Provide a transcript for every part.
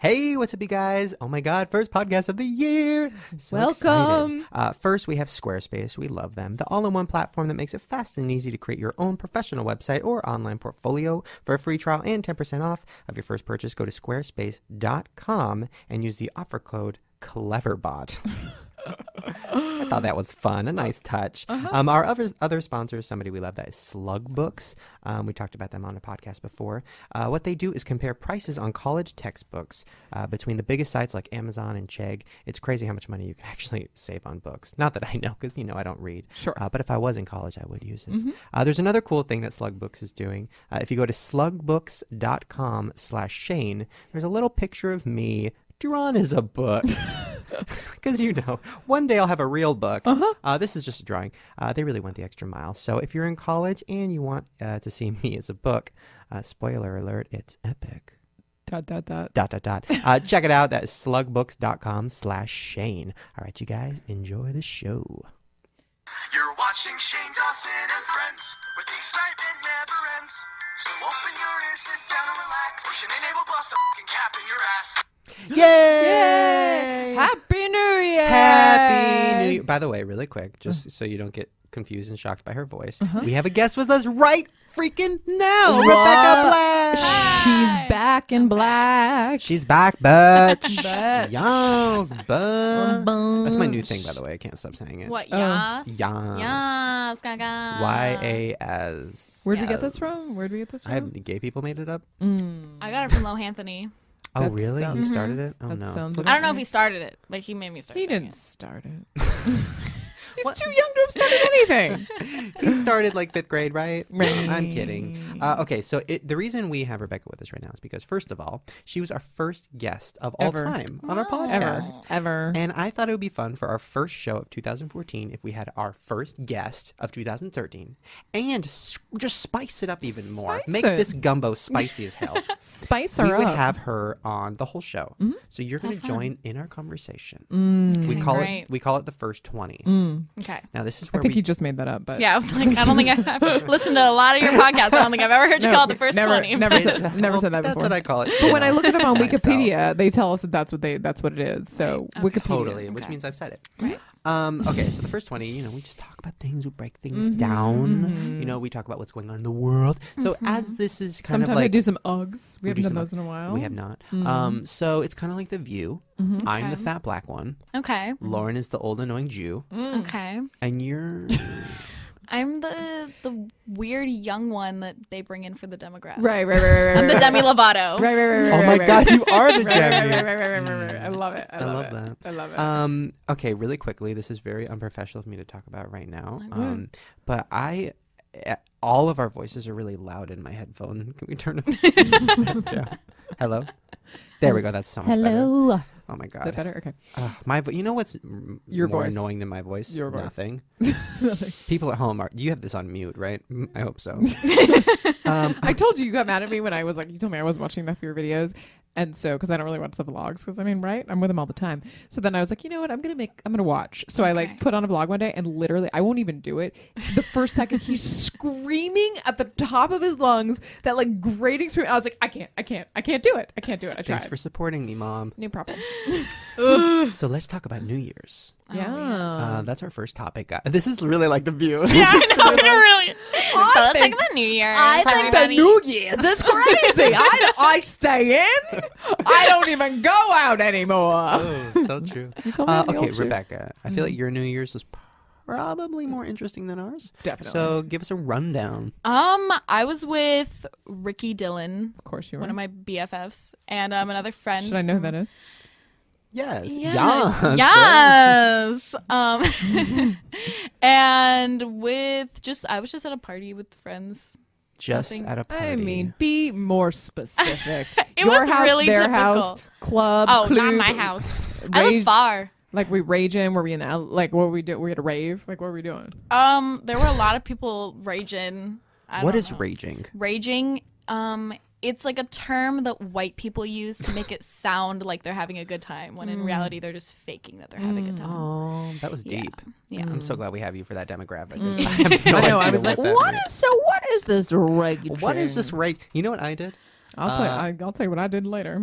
Hey, what's up, you guys? Oh my God, first podcast of the year. So excited. Welcome. Uh, first, we have Squarespace. We love them. The all in one platform that makes it fast and easy to create your own professional website or online portfolio. For a free trial and 10% off of your first purchase, go to squarespace.com and use the offer code CLEVERBOT. I thought that was fun, a nice touch. Um, our other other sponsor is somebody we love that is Slug Books. Um, we talked about them on a podcast before. Uh, what they do is compare prices on college textbooks uh, between the biggest sites like Amazon and Chegg. It's crazy how much money you can actually save on books. Not that I know, because you know I don't read. Sure. Uh, but if I was in college, I would use this. Uh, there's another cool thing that Slug Books is doing. Uh, if you go to slugbooks.com/shane, slash Shane, there's a little picture of me drawn as a book. Because you know, one day I'll have a real book. Uh-huh. this is just a drawing. Uh, they really went the extra mile. So if you're in college and you want uh, to see me as a book, uh, spoiler alert, it's epic. Dot dot dot. Dot dot dot. Uh, check it out. That's slugbooks.com slash Shane. All right, you guys, enjoy the show. You're watching Shane Dawson and Friends with the excitement never ends. So open your ears, sit down and relax. Push an enable bus to fucking cap in your ass. Yay! Yay! Happy New Year! Happy New Year. Uh-huh. By the way, really quick, just so you don't get confused and shocked by her voice, we have a guest with us right freaking now, Rebecca Blash. She's back in black. She's back, bitch. Bitch. Yas, bitch. That's my new thing, by the way. I can't stop saying it. What, Oh. yas? Yas. Yas, uh, gaga. Y A S. Where'd we get this from? Where'd we get this I from? Mm. have gay people made it up. I got it from Lohanthony. Oh, That really? You sounds- started it? Oh that no. sounds. I don't know if he started it, but he made me start He saying didn't it. start it. He's too young to have started anything. he started like fifth grade, right? Right. I'm kidding. Uh, okay, so it, the reason we have Rebecca with us right now is because first of all, she was our first guest of all Ever. time on our Wow. Ever. podcast. Ever. And I thought it would be fun for our first show of 2014 if we had our first guest of 2013 and s- just spice it up even more. Spice Make it. this gumbo spicy as hell. Spice we her would up. have her on the whole show. Mm-hmm. So you're going to join in our conversation. Mm. We call it Great. we call it the first 20. Okay. Now this is I where think we you just made that up, Uh, but Yeah, I was like, I don't think I've listened to a lot of your podcasts. I don't think I've ever heard you No, call it the first never, 20. never It's- said, never well, said that That's before. what I call it. but when I look at them on myself. Wikipedia, they tell us that that's what they that's what it is. So Right. Wikipedia. Totally, which Okay. means I've said it. Right. Um, okay, so the first 20, you know, we just talk about things, we break things Mm-hmm. down. You know, we talk about what's going on in the world. So as this is kind of Mm-hmm. Sometimes I like do Mm-hmm. some Uggs. We, we do haven't done some those in a while. we have not. Um, so it's kind of like the view. Mm-hmm. I'm the fat black one. Okay. Lauren is the old annoying Jew, Mm. Okay. and you're I'm the the weird young one that they bring in for the demographic. Right, right, right, right, right. I'm the right, Demi Lovato. Right, right, right, right. Oh my right, right. god, you are the Right, right, right, Demi. right, right, right, right, right. I love it. I, I love, love it. I love it. Um, okay, really quickly, this is very unprofessional of me to talk about right now. Um, but I eh, all of our voices are really loud in my headphone. Can we turn them down? Hello? There we go. That's so much better. Oh my Is that god. better? Okay. Ugh, my vo- you know what's m- Your more voice. annoying than my voice? Your voice. Nothing. People at home are you have this on mute, right? Mm, I hope so. um, I told you you got mad at me when I was like, you told me I wasn't watching enough of your videos. And so, because I don't really watch the vlogs, because I mean, right? I'm with them all the time. So then I was like, you know what? I'm going to make, I'm going to watch. So I like Okay. put on a vlog one day and literally, I won't even do it. The first second, he's screaming at the top of his lungs, that like grating scream. I was like, I can't, I can't, I can't do it. I can't do it. I tried. thanks for supporting me, mom. New problem. So let's talk about New Year's. yeah. Uh, that's our first topic. guy. This is really like the view. I know, it really. is. so let's think- talk about New Year's. I think the everybody. New Year's is crazy. I, I stay in. I don't even go out anymore. Oh, so true. told me Uh, to be okay, old, Mm. too. Rebecca, I feel like your New Year's was probably more interesting than ours. Definitely. So give us a rundown. Um, I was with Ricky Dillon, Of course you one of were. my BFFs, and um, another friend. Mm-hmm. Should I know who that is? Yes. Yeah. Yes. Yes. Um, and with just, I was just at a party with friends. Just Nothing. at a party. I mean, be more specific. Oh, It Your was house, really their typical. house, club, Oh, not club, my house. I rage- live far. Like we raging? Were we in? L- Like what we do? We at a rave? Like what were we doing? Um, there were a lot of people raging. I what don't is know. raging? raging? Um, it's like a term that white people use to make it sound like they're having a good time, when in reality they're just faking that they're having a good time. Mm. Um, Oh, that was Yeah. deep. Yeah. I'm so glad we have you for that demographic. 'cause I have no Mm. I know. I idea was like, that what means." is? So what is this uh, raging? What is this rage? You know what I did? I'll tell you, I, I'll tell you what I did later.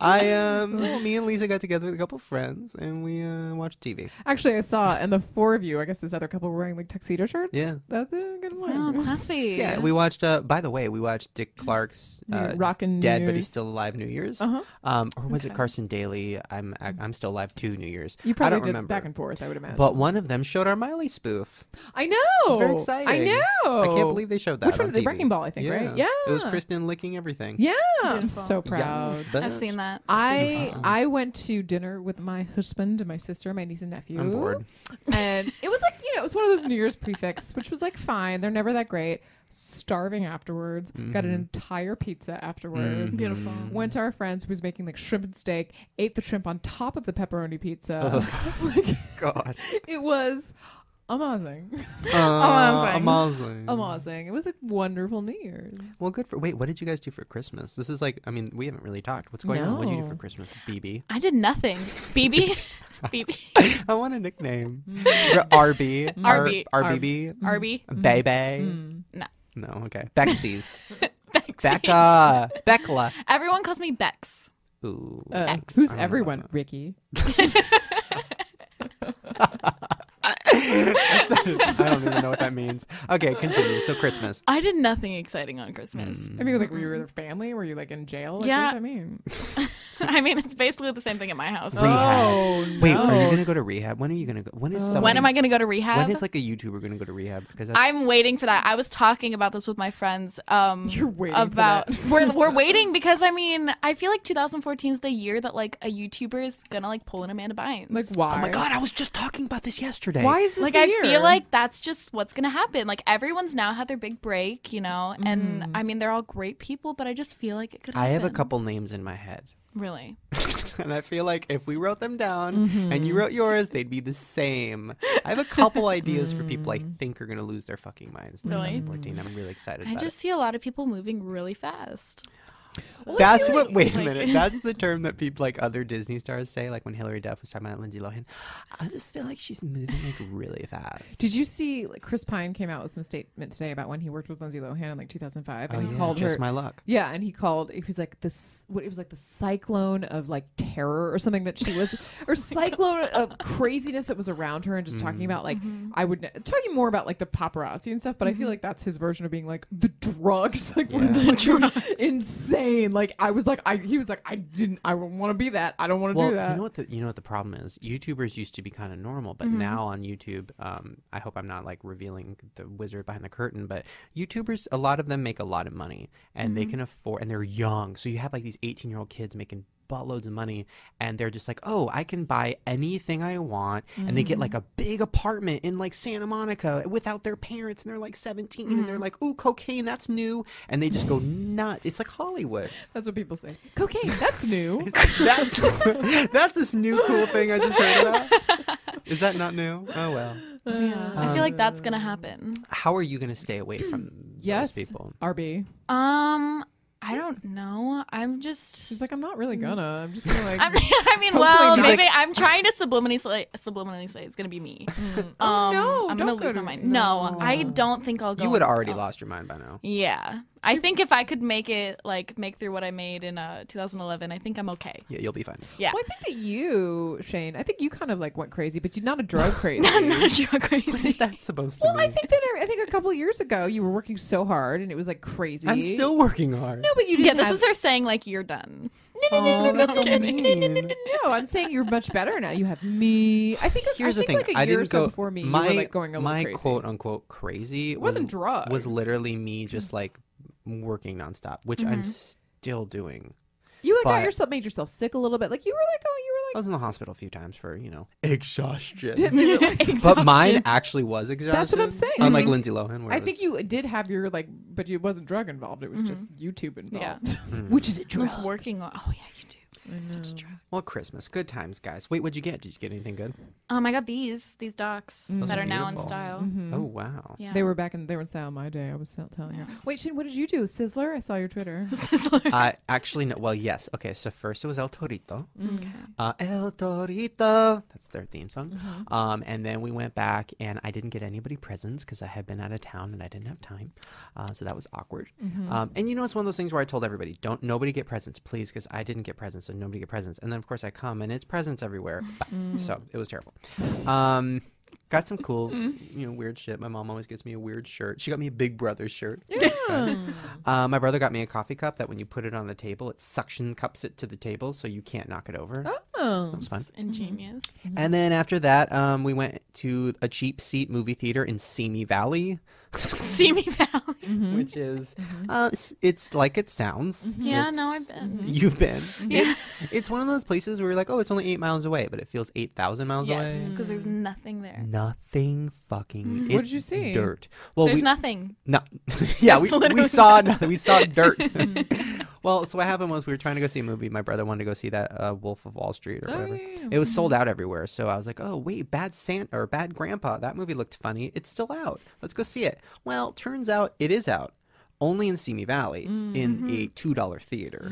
I um, me and Lisa got together with a couple friends and we uh, watched TV. Actually, I saw, and the four of you, I guess this other couple were wearing like tuxedo shirts. Yeah. That's a good Oh, one. classy. Mm. Yeah, we watched. Uh, by the way, we watched Dick Mm. Clark's New- uh, Rockin' dead New but he's Year's. still alive New Year's. Uh-huh. Mm. Um, or was it Carson Daly? I'm I- I'm still alive too New Year's. You probably I don't did remember. back and forth, I would imagine. but one of them showed our Miley spoof. I know. It's very exciting. I know. I can't believe they showed that. Oh. Which one? on The TV. Wrecking Ball, I think, right? Yeah. It was Kristen licking everything. Yeah. I'm Beautiful. so Yeah. proud. I've seen that. I I went to dinner with my husband and my sister, my niece and nephew. I'm bored. And it was like, you know, it was one of those New Year's prefix, which was like fine. They're never that great. Starving afterwards. Got Mm-hmm. an entire pizza afterwards. Mm. Beautiful. Went to our friends who was making like shrimp and steak, ate the shrimp on top of the pepperoni pizza. like, Oh God. it was amazing. Uh, Amazing. amazing. Amazing. It was a wonderful New Year's. Well, good for. Wait, what did you guys do for Christmas? This is like, I mean, we haven't really talked. What's going on? What did you do No. for Christmas, BB? I did nothing. BB, BB, I want a nickname. R- RB. R- RB. RBB. Arby, Bebe. no. No, okay. Bexies. Bex. Becca. Becla. Everyone calls me Bex. Ooh. Uh, Ex. I Who's don't know everyone? about Ricky. That sounded- I don't even know what that means. Okay, continue. So Christmas. I did nothing exciting on Christmas. I mean, like, were you with family? Were you like in jail? Like, Yeah. What does that mean? I mean, it's basically the same thing at my house. Rehab. Oh, Wait, are you no. gonna go to rehab? When are you gonna go? Uh, When is someone, When am I going to go to rehab? When is like a YouTuber gonna go to rehab? Because that's, I'm waiting for that. I was talking about this with my friends. Um, You're waiting for about that. we're we're waiting because I mean I feel like 2014 is the year that like a YouTuber is gonna like pull an Amanda Bynes. Like, why? Oh my god, I was just talking about this yesterday. Why is this like the I year? feel like that's just what's gonna happen. Like everyone's now had their big break, you know, and I mean they're all great people, but I just feel like it could. I have a happen. couple names in my head. Really, and I feel like if we wrote them down and Mm-hmm. you wrote yours, they'd be the same. I have a couple ideas for people I think are going to lose their fucking minds in Mm. Really? 2014. I'm really excited I about just see a lot of people moving really fast. it. That's feel what, like- wait a like- minute. That's the term that people like other Disney stars say, like when Hilary Duff was talking about Lindsay Lohan. I just feel like she's moving like really fast. Did you see like, Chris Pine came out with some statement today about when he worked with Lindsay Lohan in like 2005 and he Oh, yeah, called just her my luck. Yeah, and he called. He was like this. What it was like the cyclone of like terror or something that she was, or cyclone of craziness that was around her, and just talking Mm-hmm. about like I would ne- talking more about like the paparazzi and stuff. But I feel like that's his version of being like the drugs, like were insane. Like I was like I he was like I didn't I want to be that. I don't want to Well, do that. you know what the you know what the problem is. YouTubers used to be kind of normal, but Mm-hmm. now on YouTube, um, I hope I'm not like revealing the wizard behind the curtain. But YouTubers, a lot of them make a lot of money, and Mm-hmm. they can afford, and they're young. So you have like these 18 year old kids making buttloads of money, and they're just like, oh, I can buy anything I want, and they get like a Mm-hmm. big apartment in like Santa Monica without their parents, and they're like 17, and Mm-hmm. they're like, ooh, cocaine, that's new, and they just go nuts. It's like Hollywood. That's what people say. Cocaine. That's new. That's that's this new cool thing I just heard about. Is that not new? Oh well. Yeah, I feel like that's Um, gonna happen. How are you going to stay away from yes. those people? RB. Um, I don't know. I'm just. She's like I'm not really gonna. I'm just gonna like. I'm, I mean, well, not. She's maybe I'm trying to subliminally say, subliminally say it's gonna be me. Um, Mm. Oh, no, I'm gonna don't go lose my to- mind. No, no. I don't think I'll go. You would on- already oh. lost your mind by now. Yeah, I think if I could make it, like make through what I made in uh, 2011, I think I'm okay. Yeah, you'll be fine. Yeah, Well, I think that you, Shane, I think you kind of like went crazy, but you're not a drug crazy. I'm not drug What is crazy. that supposed to well, mean? I think that I think a couple years ago you were working so hard and it was like crazy. I'm still working hard. No, but you didn't. Yeah, this have- is her saying like you're done. No, no, no, Oh, no, that's no, so no, no, no, no, no, mean. no, I'm saying you're much better now. You have me. I think Here's I think the thing. Like a I year or didn't so go. before me, my you were like going a little my crazy. quote unquote crazy. It wasn't was, drugs. Mm-hmm. Was literally me just like working nonstop, which I'm still doing. You like got but- yourself made yourself sick a little bit. Like you were like, oh, I was in the hospital a few times for you know exhaustion. you were like. But mine actually was exhaustion. what I'm saying. Unlike Lindsay Lohan, where I it think was- you did have your like, but it wasn't drug involved. It was just YouTube involved, Mm-hmm. Yeah. Hmm. which is a drug. It's working on. Oh yeah, you do. Such a trap. Well, Christmas, good times, guys. Wait, what'd you get? Did you get anything good? Um, I got these these docs Those that are are now in beautiful. style. Hmm. Oh wow. Yeah, They were back in they were in style my day. I was tell- telling her. Wait, Shane, what did you do? Sizzler? I saw your Twitter. Uh, actually, no. Well, yes. Okay, so first it was El Torito. Uh, El Torito. That's their theme song. Um, and then we went back, and I didn't get anybody presents because I had been out of town and I didn't have time. Uh, so that was awkward. Um, and you know, it's one of those things where I told everybody, don't nobody get presents, please, because I didn't get presents, so nobody get presents. And then of course I come, and it's presents everywhere. So it was terrible. Um, got some cool, you know, weird shit. My mom always gets me a weird shirt. She got me a Big Brother shirt. So, uh, my brother got me a coffee cup that when you put it on the table, it suction cups it to the table so you can't knock it over. Oh. That was fun. ingenious. And then after that, um, we went to a cheap seat movie theater in Simi Valley, Mm-hmm. Simi Valley. which is uh, it's, it's like it sounds. Mm-hmm. Yeah, no, I've It's- been. Mm-hmm. You've been. It's it's one of those places where you're like, oh, it's only eight miles away, but it feels eight thousand miles Yes, Mm-hmm. away. Mm. because there's nothing there. Nothing fucking. What it's did Mm-hmm. you see? Dirt. Well, There's we, nothing. No, yeah, we, we literally saw nothing. we saw dirt. well, so what happened was we were trying to go see a movie. My brother wanted to go see that uh, Wolf of Wall Street or Oh, whatever. yeah, yeah. It was sold out everywhere. So I was like, oh wait, Bad Santa or Bad Grandpa. That movie looked funny. It's still out. Let's go see it. Well, turns out it is out only in Simi Valley Mm, mm-hmm. in a two dollar theater.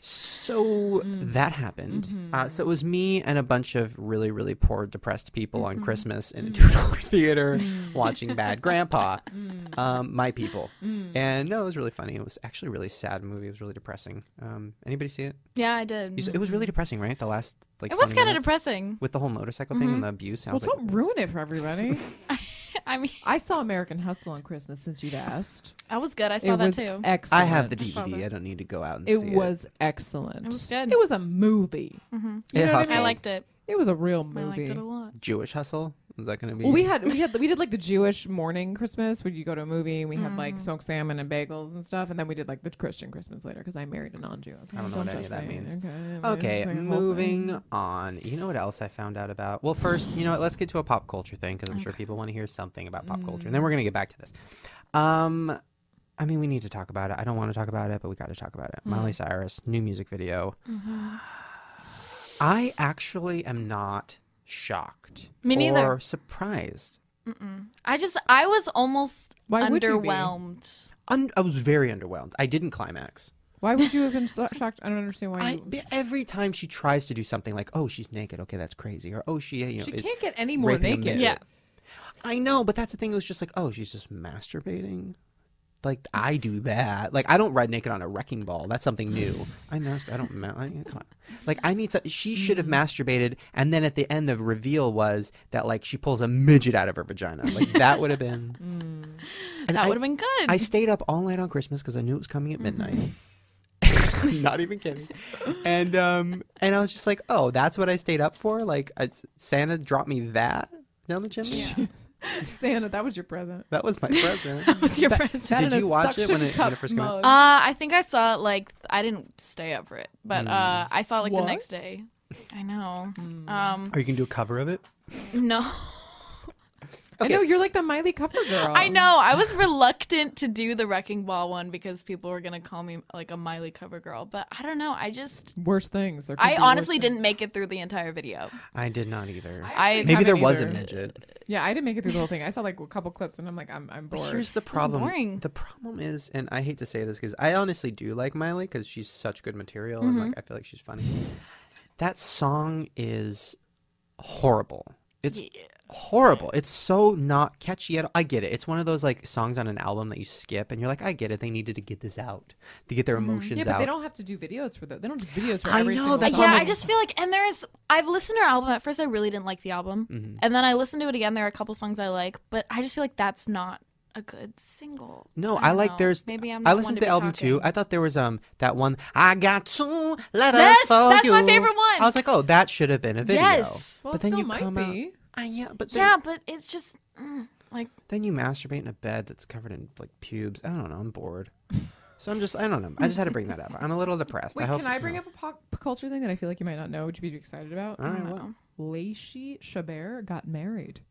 So Mm. that happened. Mm-hmm. Uh, so it was me and a bunch of really, really poor, depressed people Mm-hmm. on Christmas Mm. in a two dollar theater watching Bad Grandpa. Um, my people, Mm. and no, it was really funny. It was actually a really sad movie. It was really depressing. Um, anybody see it? Yeah, I did. You s- It was really Mm. depressing, right? The last like It was 20 kind of minutes depressing. with the whole motorcycle thing and the abuse. I Mm-hmm. Well, was like, don't ruin it for everybody. I mean, I saw American Hustle on Christmas since you'd asked. I was good. I saw it that was too. excellent. I have the I saw DVD. that. I don't need to go out and It see was excellent. It was good. It was a movie. It Mm-hmm. You know what I hustled. I mean? liked it. It was a real I movie. liked it a lot. Jewish hustle. Is that going to be? Well, we had we had we did like the Jewish morning Christmas where you go to a movie and we had Mm. like smoked salmon and bagels and stuff, and then we did like the Christian Christmas later because I married a non-Jew. I don't know what any of judge that me. means. Okay, I mean, Okay, it's like a whole thing. moving on. You know what else I found out about? Well, first, you know what? Let's get to a pop culture thing because I'm sure people want to hear something about pop culture, and then we're gonna get back to this. Um, I mean, we need to talk about it. I don't want to talk about it, but we got to talk about it. Miley Cyrus new music video. I actually am not shocked Me neither. or surprised. I just, I was almost Why would you be? underwhelmed. Un- I was very underwhelmed. I didn't climax. Why would you have been so- shocked? I don't understand why. I, you... but every time she tries to do something like, "Oh, she's naked. Okay, that's crazy," or "Oh, she, you know," She is- can't get any more raping a naked. midget. Yeah. I know, but that's the thing. It was just like, oh, she's just masturbating. Like I do that. Like I don't ride naked on a wrecking ball. That's something new. I mas- I don't. Ma- I, come on. Like I need to. She should Mm. have masturbated, and then at the end, the reveal was that like she pulls a midget out of her vagina. Like that would have been. And Mm. That I- would have been good. I stayed up all night on Christmas because I knew it was coming at midnight. Mm-hmm. Not even kidding. And um, and I was just like, oh, that's what I stayed up for. Like I, Santa dropped me that down the chimney. Santa, that was your present. That was my present. with your friends. That Did and a you watch it when it- suction when it cup first came out? mug. Uh, I think I saw it like I didn't stay up for it, but uh, I saw it like What? the next day. I know. Um, Or you can do a cover of it. no, I know you're like the Miley Cooper girl. I know. I was reluctant to do the wrecking ball one because people were gonna call me like a Miley cover girl, but I don't know. I just, Worse things. There could I be worse honestly things. didn't make it through the entire video. I did not either. I Maybe there haven't was a either. midget. Yeah, I didn't make it through the whole thing. I saw like a couple clips, and I'm like, I'm, I'm bored. Here's the problem. boring. The problem is, and I hate to say this because I honestly do like Miley because she's such good material and Mm-hmm. like I feel like she's funny. That song is horrible. It's horrible. It's so not catchy at all. I get it. It's one of those like songs on an album that you skip and you're like, I get it. They needed to get this out to get their emotions Mm-hmm. yeah, but out. they don't have to do videos for those. They don't do videos for I every know, single that's song. why yeah, I'm I just feel like, and there's, I've listened to her album. At first, I really didn't like the album, Mm-hmm. and then I listened to it again. There are a couple songs I like, but I just feel like that's not a good single. No, don't I, like know. there's. Maybe I'm I not listened one to the to be album too. talking. I thought there was um that one. I got two letters Yes, for that's you. my favorite one. I was like, oh, that should have been a video. Yes. Well, but it then still you might come be. out. Uh, yeah, but then, Yeah, but it's just mm, like then you masturbate in a bed that's covered in like pubes. I don't know. I'm bored. So I'm just. I don't know. I just had to bring that up. I'm a little depressed. Wait, I hope. can I bring up a pop culture thing that I feel like you might mm, not know? Would you be excited about? Mm-hmm. All right. Well, know. Lacey Chabert got married.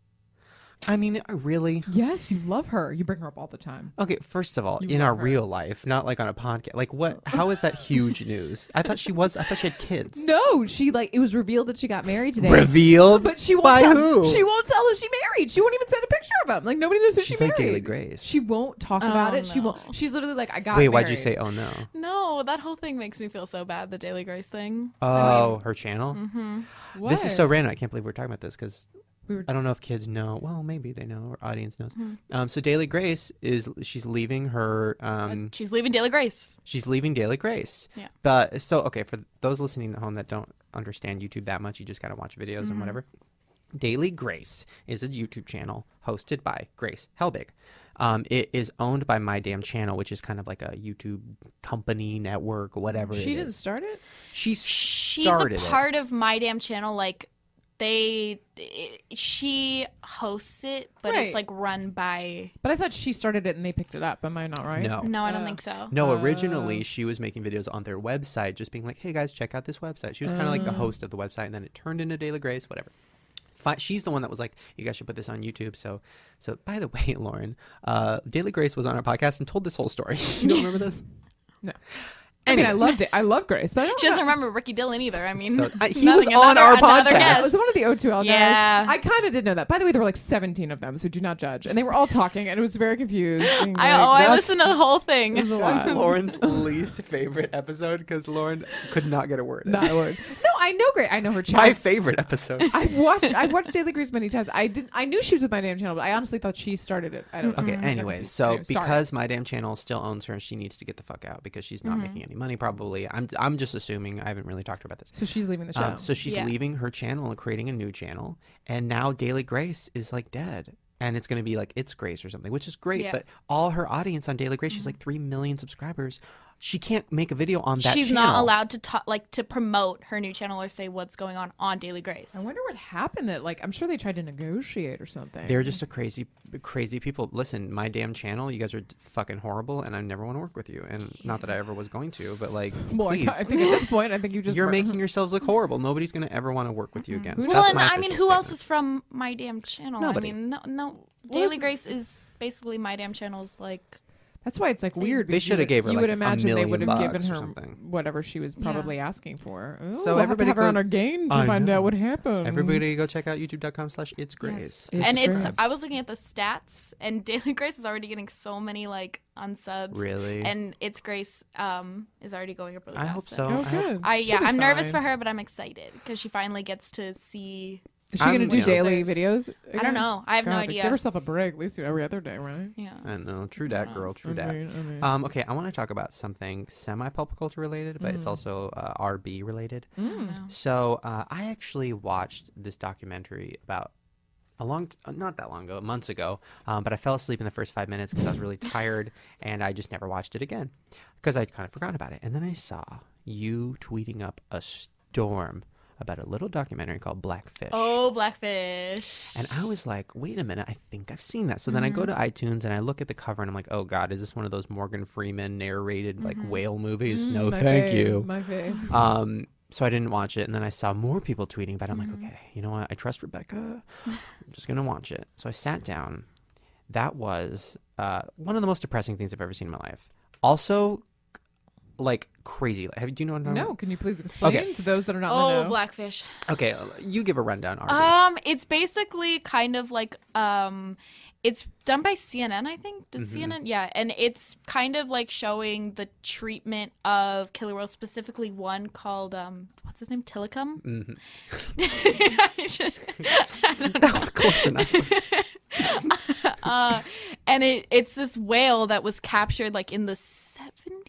I mean, really? Yes, you love her. You bring her up all the time. Okay, first of all, You in love our her. real life, not like on a podcast. Like, what? How is that huge news? I thought she was. I thought she had kids. No, she like it was revealed that she got married today. Revealed, But she won't by tell, who? She won't tell who she married. She won't even send a picture of him. Like nobody knows who She's she like married. Daily Grace. She won't talk about Oh, it. She won't. no. She's literally like, I got. Wait, why'd you married. say? Oh no. No, that whole thing makes me feel so bad. The Daily Grace thing. Oh, her channel. Mm-hmm. What? This is so random. I can't believe we're talking about this because We were- Hmm. I don't know if kids know. Well, maybe they know. Our audience knows. Um, so Daily Grace is she's leaving her. Um, She's leaving Daily Grace. she's leaving Daily Grace. Yeah. But so okay, for those listening at home that don't understand YouTube that much, you just gotta watch videos Mm-hmm. and whatever. Daily Grace is a YouTube channel hosted by Grace Helbig. Um, it is owned by My Damn Channel, which is kind of like a YouTube company network, whatever. She it didn't is. start it. She She's started a it. part of My Damn Channel. Like they, it- she hosts it, but Right. it's like run by. But I thought she started it and they picked it up. Am I not right? No. No, I don't Uh, think so. No, Uh, originally she was making videos on their website, just being like, "Hey guys, check out this website." She was kind of Oh. like the host of the website, and then it turned into Daily Grace, whatever. Fi- She's the one that was like, "You guys should put this on YouTube." So, so by the way, Lauren, uh, Daily Grace was on our podcast and told this whole story. you don't remember this? No. I mean, Anyways, I loved it. I love Grace, but I don't She doesn't know. remember Ricky Dillon either. I mean, So- I- he was nothing. on our another podcast. That guest. was one of the O2L guys. Yeah. I kind of did know that. By the way, there were like 17 of them, so do not judge. And they were all talking, and it was very confused. being I, like, oh, I that's- listened to the whole it was thing. a that's lot. Lauren's least favorite episode because Lauren could not get a word. in. Not a word. No, I know Grace. I know her My channel. favorite episode. I've watched I've watched Daily Grease many times. I didn't I knew she was with my damn channel, but I honestly thought she started it. I don't know. Okay, Mm-hmm. anyways, so Anyway, sorry. because my damn channel still owns her, she needs to get the fuck out because she's Mm-hmm. not making any money. Probably, I'm I'm just assuming. I haven't really talked to her about this. So she's leaving the show. Um, so she's Oh, Yeah. leaving her channel and creating a new channel, and now Daily Grace is like dead, and it's gonna be like it's Grace or something, which is great. Yeah. Mm-hmm. But all her audience on Daily Grace, she's like three million subscribers. She can't make a video on that. She's channel. not allowed to talk, like to promote her new channel or say what's going on on Daily Grace. I wonder what happened that like I'm sure they tried to negotiate or something. They're just a crazy, crazy people. Listen, my damn channel, you guys are fucking horrible, and I never want to work with you. And not that I ever was going to, but like, well, I, please. I think at this point I think you just You're were- making yourselves look horrible. Nobody's gonna ever want to work with you again. So well, that's and my I mean, who official else statement. is from My Damn Channel? Nobody. I mean, no, no. Daily is- Grace is basically My Damn Channel's like That's why it's like weird. They because you shoulda would- gave her, You like, would a imagine they million would have given bucks or her something. whatever she was probably asking for. Ooh, So we'll have to everybody have her go- on our game to I find know. out what happened. Everybody, go check out YouTube.com/slash It's Grace. It's and it's gross. I was looking at the stats and Daily Grace is already getting so many like unsubs. Really? And it's Grace um is already going up really I fast, hope so. Oh, I hope- good. I She'll yeah, be I'm nervous for fine. her, but I'm excited because she finally gets to see. Is she gonna I'm do down. daily videos? I don't again? know. I have God, no Give idea. herself a break. At least do it every other day, right? Yeah. I know. True dat, girl. True I dat. mean, I mean. Um, okay, I want to talk about something semi pop culture related, but it's Mm-hmm. also uh, RB related. So uh, I actually watched this documentary about a long, t- uh, not that long ago, months ago, um, but I fell asleep in the first five minutes because I was really tired and I just never watched it again because I kind of forgot about it. And then I saw you tweeting up a storm about a little documentary called Blackfish. Oh, Blackfish. And I was like, wait a minute, I think I've seen that. So then I go to iTunes and I look at the cover and I'm like, oh God, is this one of those Morgan Freeman narrated like whale movies? no, My Oh, thank fave, you. My fave. Um, so I didn't watch it. And then I saw more people tweeting about it. I'm like, okay, you know what? I trust Rebecca. I'm just going to watch it. So I sat down. That was uh, one of the most depressing things I've ever seen in my life. Also, like crazy. Have, do you know what I'm talking No, can you please explain to those that are not? in the Oh, know? Blackfish. about? Okay, uh, you give a rundown, Arby. Um, it's basically kind of like um, it's done by CNN, I think. Did CNN? Yeah, and it's kind of like showing the treatment of killer whales, specifically one called um, what's his name, Tillicum. that was close enough. uh, and it it's this whale that was captured like in the seventies,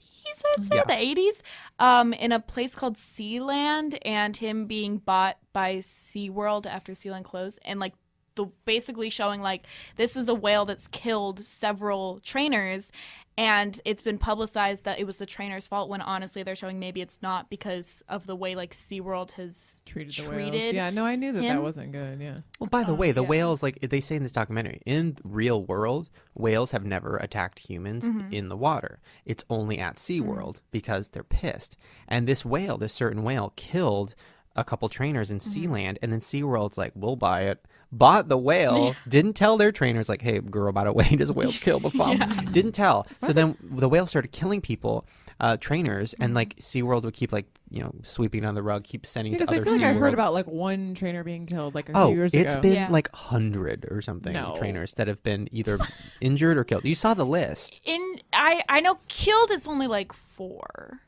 I'd say Yeah. the eighties, um, in a place called Sealand, and him being bought by SeaWorld after Sealand closed, and like the basically showing like this is a whale that's killed several trainers. And it's been publicized that it was the trainer's fault when honestly they're showing maybe it's not because of the way like SeaWorld has treated the whales. treated Yeah, no, I knew that that him. wasn't good. Oh, Yeah, Well, by the Uh, way, the yeah. whales, like they say in this documentary, in the real world, whales have never attacked humans Mm-hmm. in the water. It's only at SeaWorld because they're pissed. And this whale, this certain whale, killed a couple trainers in Mm-hmm. Sealand, and then SeaWorld's like, we'll buy it. Bought the whale, didn't tell their trainers, like, hey, girl, by the way, does a whale kill befall? Didn't tell. So then the whale started killing people, uh, trainers, Mm-hmm. and like SeaWorld would keep like, you know, sweeping on the rug, keep sending Because to I other feel like I SeaWorlds. heard about like one trainer being killed like a Oh, few years it's ago. been Yeah. like hundred or something No. trainers that have been either injured or killed. You saw the list, In I I know killed it's only like four,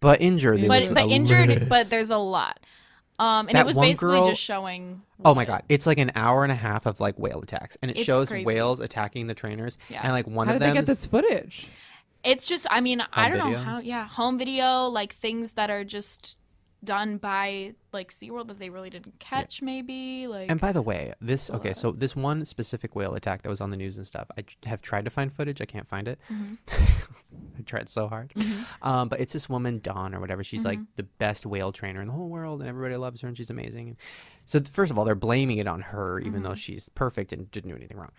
but injured. There but was but a injured list. but there's a lot. Um, and That it was one basically girl- just showing. Oh my what- god, it's like an hour and a half of like whale attacks, and it It's shows crazy. whales attacking the trainers, Yeah. and like one How of did them. they get this footage? It's just I mean I Home don't know video? how yeah home video like things that are just done by like SeaWorld that they really didn't catch maybe like And by the way, this okay, so this one specific whale attack that was on the news and stuff, I tr- have tried to find footage. I can't find it. I tried so hard. Um, but it's this woman Dawn or whatever. She's like the best whale trainer in the whole world, and everybody loves her, and she's amazing. So th- first of all, they're blaming it on her, even though she's perfect and didn't do anything wrong.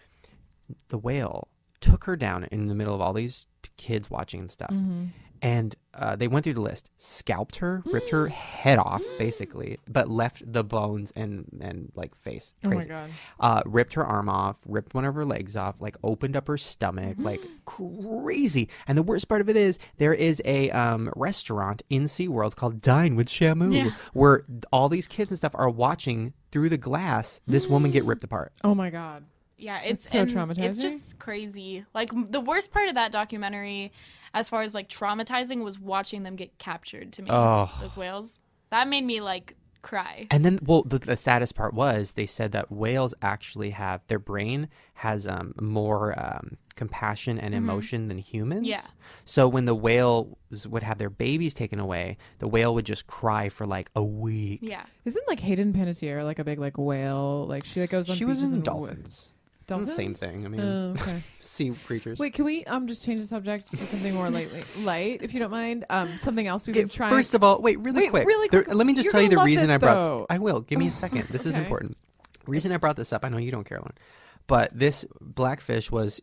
The whale took her down in the middle of all these p- kids watching and stuff. Mm-hmm. And uh, they went through the list, scalped her, ripped Mm. her head off, basically, but left the bones and and like face. Oh Crazy. my god. Uh, ripped her arm off, ripped one of her legs off, like opened up her stomach, like Mm-hmm. crazy. And the worst part of it is there is a um, restaurant in SeaWorld called Dine with Shamu, where th- all these kids and stuff are watching through the glass this woman get ripped apart. Oh my god. Yeah, it's so and It's traumatizing. just crazy. Like m- the worst part of that documentary, as far as like traumatizing, was watching them get captured. To me, Ugh. those whales that made me like cry. And then, well, the, the saddest part was they said that whales actually have their brain has um, more um, compassion and emotion than humans. Yeah. So when the whales would have their babies taken away, the whale would just cry for like a week. Yeah, Isn't like Hayden Panettiere like a big like whale? Like she like goes on She was beaches in and wa- dolphins. Dolphins. The same thing. I mean, Oh, okay. sea creatures. Wait, can we um just change the subject to something more lightly light, if you don't mind? Um, something else we've Okay, been trying. First of all, wait, really Wait, quick. really There- quick. let me just You're tell you gonna the love reason this, I brought. though. I will. Give me a second. This is Okay. important. Reason I brought this up. I know you don't care, Lauren, but this blackfish was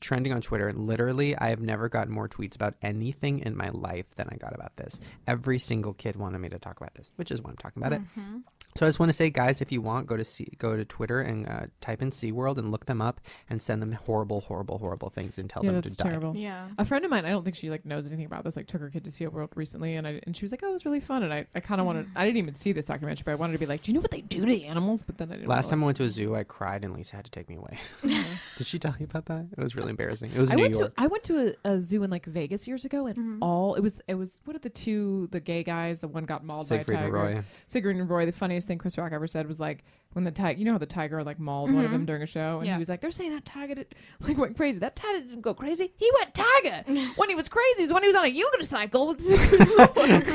trending on Twitter, and literally, I have never gotten more tweets about anything in my life than I got about this. Every single kid wanted me to talk about this, which is why I'm talking about Mm-hmm. it. So I just want to say, guys, if you want, go to C- go to Twitter and uh, type in SeaWorld and look them up and send them horrible, horrible, horrible things and tell yeah, them that's to die. terrible. yeah. A friend of mine, I don't think she like knows anything about this. Like, took her kid to Sea World recently, and I and she was like, "Oh, it was really fun." And I, I kind of wanted. I didn't even see this documentary, but I wanted to be like, "Do you know what they do to animals?" But then I didn't. Last wanna- time I went to a zoo, I cried and Lisa had to take me away. Did she tell you about that? It was really embarrassing. It was Mm-hmm. I New went York. to I went to a, a zoo in like Vegas years ago, and all it was it was what are the two the gay guys? The one got mauled Siegfried by a and tiger. Roy. Siegfried and Roy. The funniest thing Chris Rock ever said was like when the tiger, you know how the tiger like mauled one of them during a show, and Yeah. he was like, "They're saying that tiger did, like went crazy. That tiger didn't go crazy. He went tiger when he was crazy. Is when he was on a unicycle with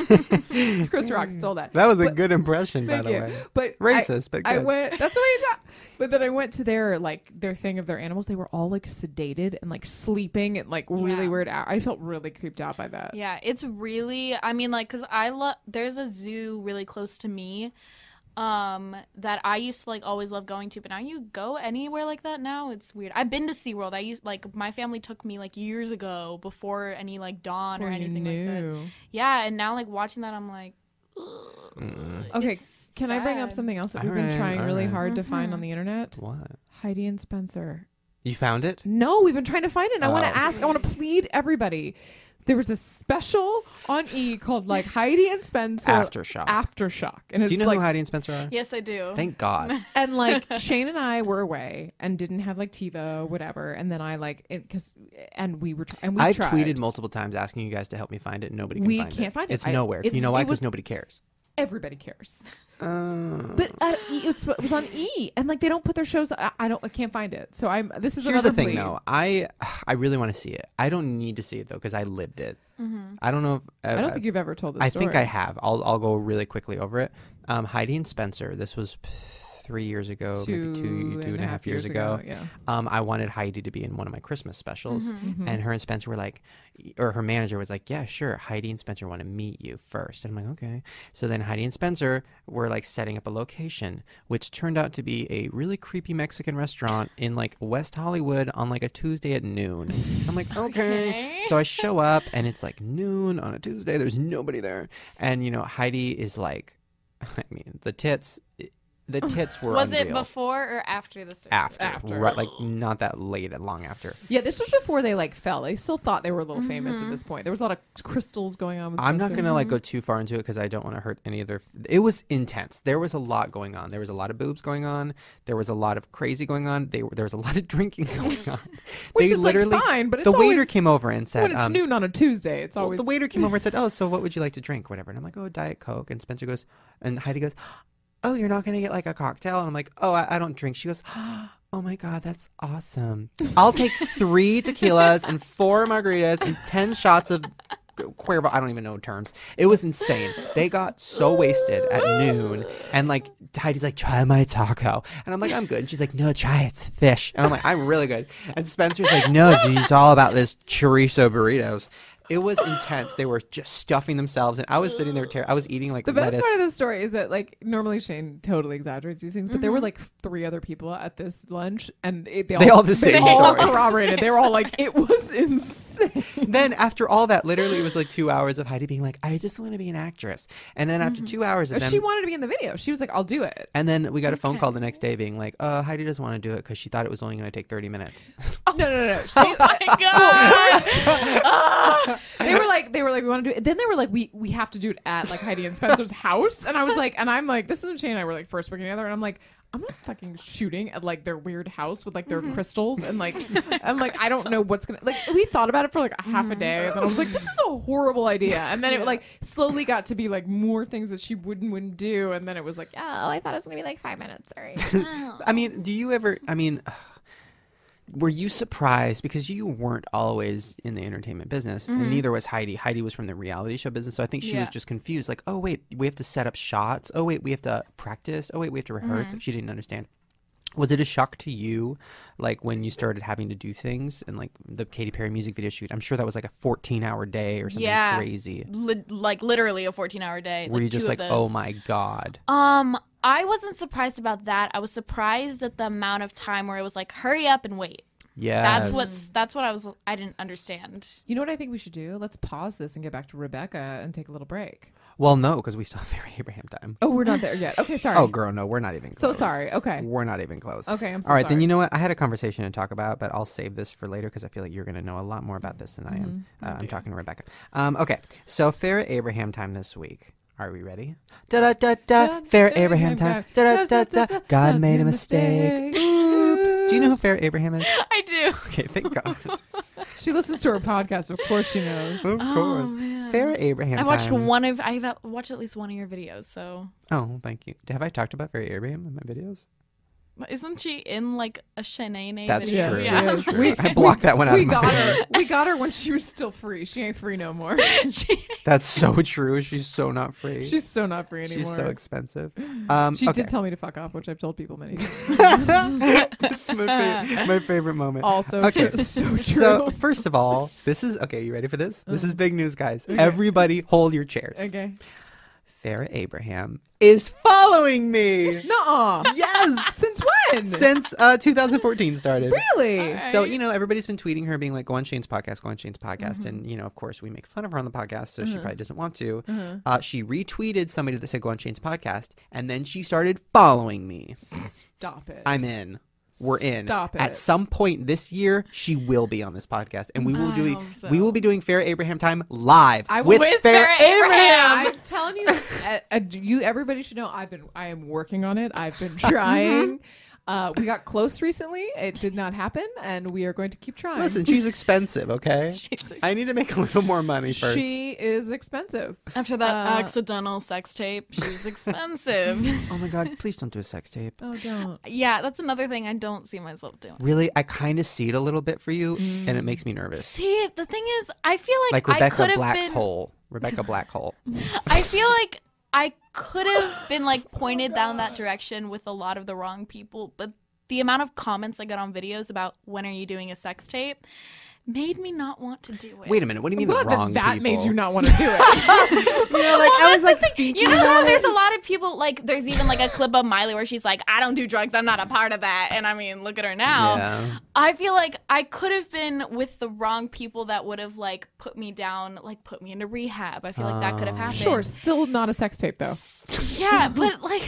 Siegfried and Roy." Chris Rock stole that. That was a But- good impression, by Thank the you. way. But I- Racist, but I good. went. That's what you thought. But then I went to their like their thing of their animals. They were all like sedated and like sleeping and like really Yeah. weird. Out. I felt really creeped out by that. Yeah, it's really. I mean, like, cause I love. There's a zoo really close to me, um, that I used to like always love going to. But now you go anywhere like that now, it's weird. I've been to SeaWorld. I used like my family took me like years ago before any like dawn or Before Oh, you anything like that. knew. Yeah, and now like watching that, I'm like, ugh, Mm. Okay, it's can I bring up sad. Mm-hmm. something else that All we've been right, trying all really right. hard to find on the internet? What? Heidi and Spencer. You found it? No, we've been trying to find it. And I want Oh. to ask. I want to plead everybody. There was a special on E called like Heidi and Spencer Aftershock. Aftershock, and it's Do you know like who Heidi and Spencer are? Yes, I do. Thank God. and like Shane and I were away and didn't have like TiVo, whatever. And then I like because and we were tr- and we I've tried. tweeted multiple times asking you guys to help me find it. Nobody can We find it. can't find it. It's I- nowhere. you it's- know it why? Because was- nobody cares. Everybody cares, Uh, but uh, E- it's, it was on E, and like they don't put their shows. I, I don't. I can't find it. So I'm. This is here's another the thing, plea. though. I I really want to see it. I don't need to see it though because I lived it. I don't know. If, Mm-hmm. uh, I don't think you've ever told this. I story. think I have. I'll I'll go really quickly over it. Um, Heidi and Spencer. This was p- three years ago, maybe two two and a half years ago. Yeah. Um, I wanted Heidi to be in one of my Christmas specials, and her and Spencer were like, or her manager was like, "Yeah, sure." Heidi and Spencer want to meet you first, and I'm like, "Okay." So then Heidi and Spencer were like setting up a location, which turned out to be a really creepy Mexican restaurant in like West Hollywood on like a Tuesday at noon. I'm like, "Okay." So I show up, and it's like noon on a Tuesday. There's nobody there, and you know Heidi is like I mean, the tits, the tits were Was it unreal. before or after the surgery? After, After. right, like not that late, long after. Yeah, this was before they like fell. They still thought they were a little famous at this point. There was a lot of crystals going on. With I'm not Sisu. gonna like go too far into it because I don't want to hurt any of their. It was intense. There was a lot going on. There was a lot of boobs going on. There was a lot of crazy going on. They were, there was a lot of drinking going on. Which they is, like, literally fine, but it's the waiter always- came over and said, When it's um, noon on a Tuesday, it's well, always the waiter came over and said, "Oh, so what would you like to drink? Whatever." And I'm like, "Oh, diet coke." And Spencer goes, and Heidi goes, "Oh, you're not gonna get like a cocktail?" And I'm like, "Oh, I, I don't drink." She goes, "Oh my god, that's awesome! I'll take three tequilas and four margaritas and ten shots of." Cuervo, I don't even know terms. It was insane. They got so wasted at noon, and like Heidi's like, "Try my taco," and I'm like, "I'm good." And she's like, "No, try it. it's fish," and I'm like, "I'm really good." And Spencer's like, "No, dude, it's all about this chorizo burritos." It was intense. They were just stuffing themselves, and I was sitting there. Ter- I was eating like The best lettuce. part of the story is that like normally Shane totally exaggerates these things, but there were like three other people at this lunch, and it, they, They all all the same all story. corroborated. they were all like, "It was insane." then after all that, literally, it was like two hours of Heidi being like, "I just want to be an actress," and then after two hours of them, she wanted to be in the video. She was like, "I'll do it." and then we got a phone call the next day being like, "Uh, Heidi doesn't want to do it because she thought it was only going to take thirty minutes." No, no, no. no. Oh my Ah! god! They, they were like, they were like, "We want to do it." Then they were like, "We we have to do it at like Heidi and Spencer's house." And I was like, and I'm like, this is when Shane and I were like first working together, and I'm like. I'm not fucking shooting at like their weird house with like their crystals and like I'm like I don't know what's gonna like we thought about it for like a half a day and then I was like this is a horrible idea and then it like slowly got to be like more things that she wouldn't wouldn't do and then it was like yeah Oh, I thought it was gonna be like five minutes. Sorry. I mean, do you ever? I mean, were you surprised because you weren't always in the entertainment business, and neither was Heidi. Heidi was from the reality show business, so I think she was Mm-hmm. Yeah. just confused. Like, oh wait, we have to set up shots. Oh wait, we have to practice. Oh wait, we have to rehearse. Mm-hmm. Like, she didn't understand. Was it a shock to you, like when you started having to do things and like the Katy Perry music video shoot? I'm sure that was like a 14 hour day or something Yeah. crazy. Li- like literally a 14-hour day. Were you just two like, of oh those. my god? Um, I wasn't surprised about that. I was surprised at the amount of time where it was like, hurry up and wait. Yes. That's what's that's what I was I didn't understand. you know what I think we should do let's pause this and get back to Rebecca and take a little break Well, no, because we still have the Abraham time. oh we're not there yet okay sorry Oh, girl, no, we're not even. So close. sorry. Okay. We're not even close. Okay, I'm so All right, then sorry. you know what? I had a conversation to talk about, but I'll save this for later because I feel like you're going to know a lot more about this than I am. Uh, I'm talking to Rebecca. Um, okay, so Farrah Abraham time this week. Are we ready? Da da da da. Farrah Abraham time. Da da da da. God made a mistake. Oops. Do you know who Farrah Abraham is? I do. Okay, thank God. She listens to her podcast. Of course, she knows. Of course. Farrah Abraham. I watched time. one of I have watched at least one of your videos, so Oh, thank you. Have I talked about Farrah Abraham in my videos? isn't she in like a Shanae That's video? true. she Yeah. That's is. true. We- I blocked that one out. We of my got her. We got her when she was still free. She ain't free no more. She- That's so true. She's so not free. She's so not free anymore. She's so expensive. Um, she okay. did tell me to fuck off, which I've told people many times. That's my, fa- my favorite moment. Also, okay. true. so true. Uh-huh. So first of all, this is okay. You ready for this? This is big news, guys. Everybody, hold your chairs. okay. Sarah Abraham is following me. Nuh-uh. yes, Since when? since uh, 2014 started. really? So you know everybody's been tweeting her, being like, "Go on Shane's podcast, go on Shane's podcast," Mm-hmm. and you know, of course, we make fun of her on the podcast, so she probably doesn't want to. Mm-hmm. Uh, she retweeted somebody that said, "Go on Shane's podcast," and then she started following me. Stop it. I'm in. We're in. Stop At it. some point this year, she will be on this podcast, and we will I do hope so. we will be doing Fair Abraham time live I- with, with Fair Farrah Abraham. Abraham. I'm telling you, uh, uh, you everybody should know. I've been, I am working on it. I've been Mm-hmm. trying. Uh, we got close recently. It did not happen, and we are going to keep trying. Listen, she's expensive, okay? I need to make a little more money first. She is expensive. After that Uh, accidental sex tape, she's expensive. Oh my god, please don't do a sex tape. Oh, don't. yeah, that's another thing I don't see myself doing. Really, I kind of see it a little bit for you, and it Mm. makes me nervous. See, the thing is, I feel like, Like Rebecca I could have Black's been. hole. Rebecca Black hole. I feel like I could have been like pointed down that direction with a lot of the wrong people, but the amount of comments I got on videos about when are you doing a sex tape made me not want to do it. Wait a minute, what do you mean Well, the that- wrong that people? made you not want to do it. You know, like, oh always like You know how there's a lot of people like there's even like a clip of Miley where she's like, I don't do drugs, I'm not a part of that. And I mean, look at her now. Yeah. I feel like I could have been with the wrong people that would have like put me down, like put me into rehab. I feel like that could have Oh. happened. Sure, still not a sex tape though. Yeah, but like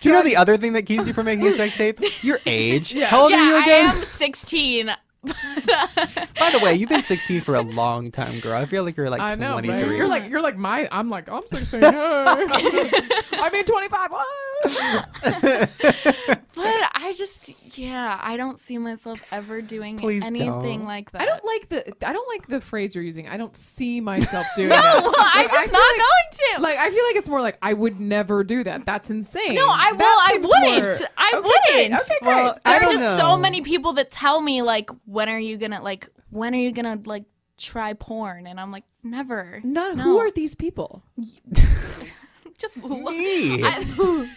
Do you know the other thing that keeps you from making a sex tape? Your age. Yeah. How old are yeah, you I again? am 16. By the way, you've been 16 for a long time, girl. I feel like you're like I know, 23. right? You're like you're like my. I'm like I'm 16. hey. I mean 25. What? But I just yeah, I don't see myself ever doing Please anything don't. like that. I don't like the I don't like the phrase you're using. I don't see myself doing No, that. I'm Like, I just feel not like- going to. Like I feel like it's more like I would never do that. That's insane. no, I will. That I seems wouldn't. more- I Okay, great, wouldn't. Okay, great. Well, I There's don't just know. so many people that tell me like, when are you gonna like, when are you gonna like try porn? And I'm like, never. Not No. who are these people? Just look. Me. I-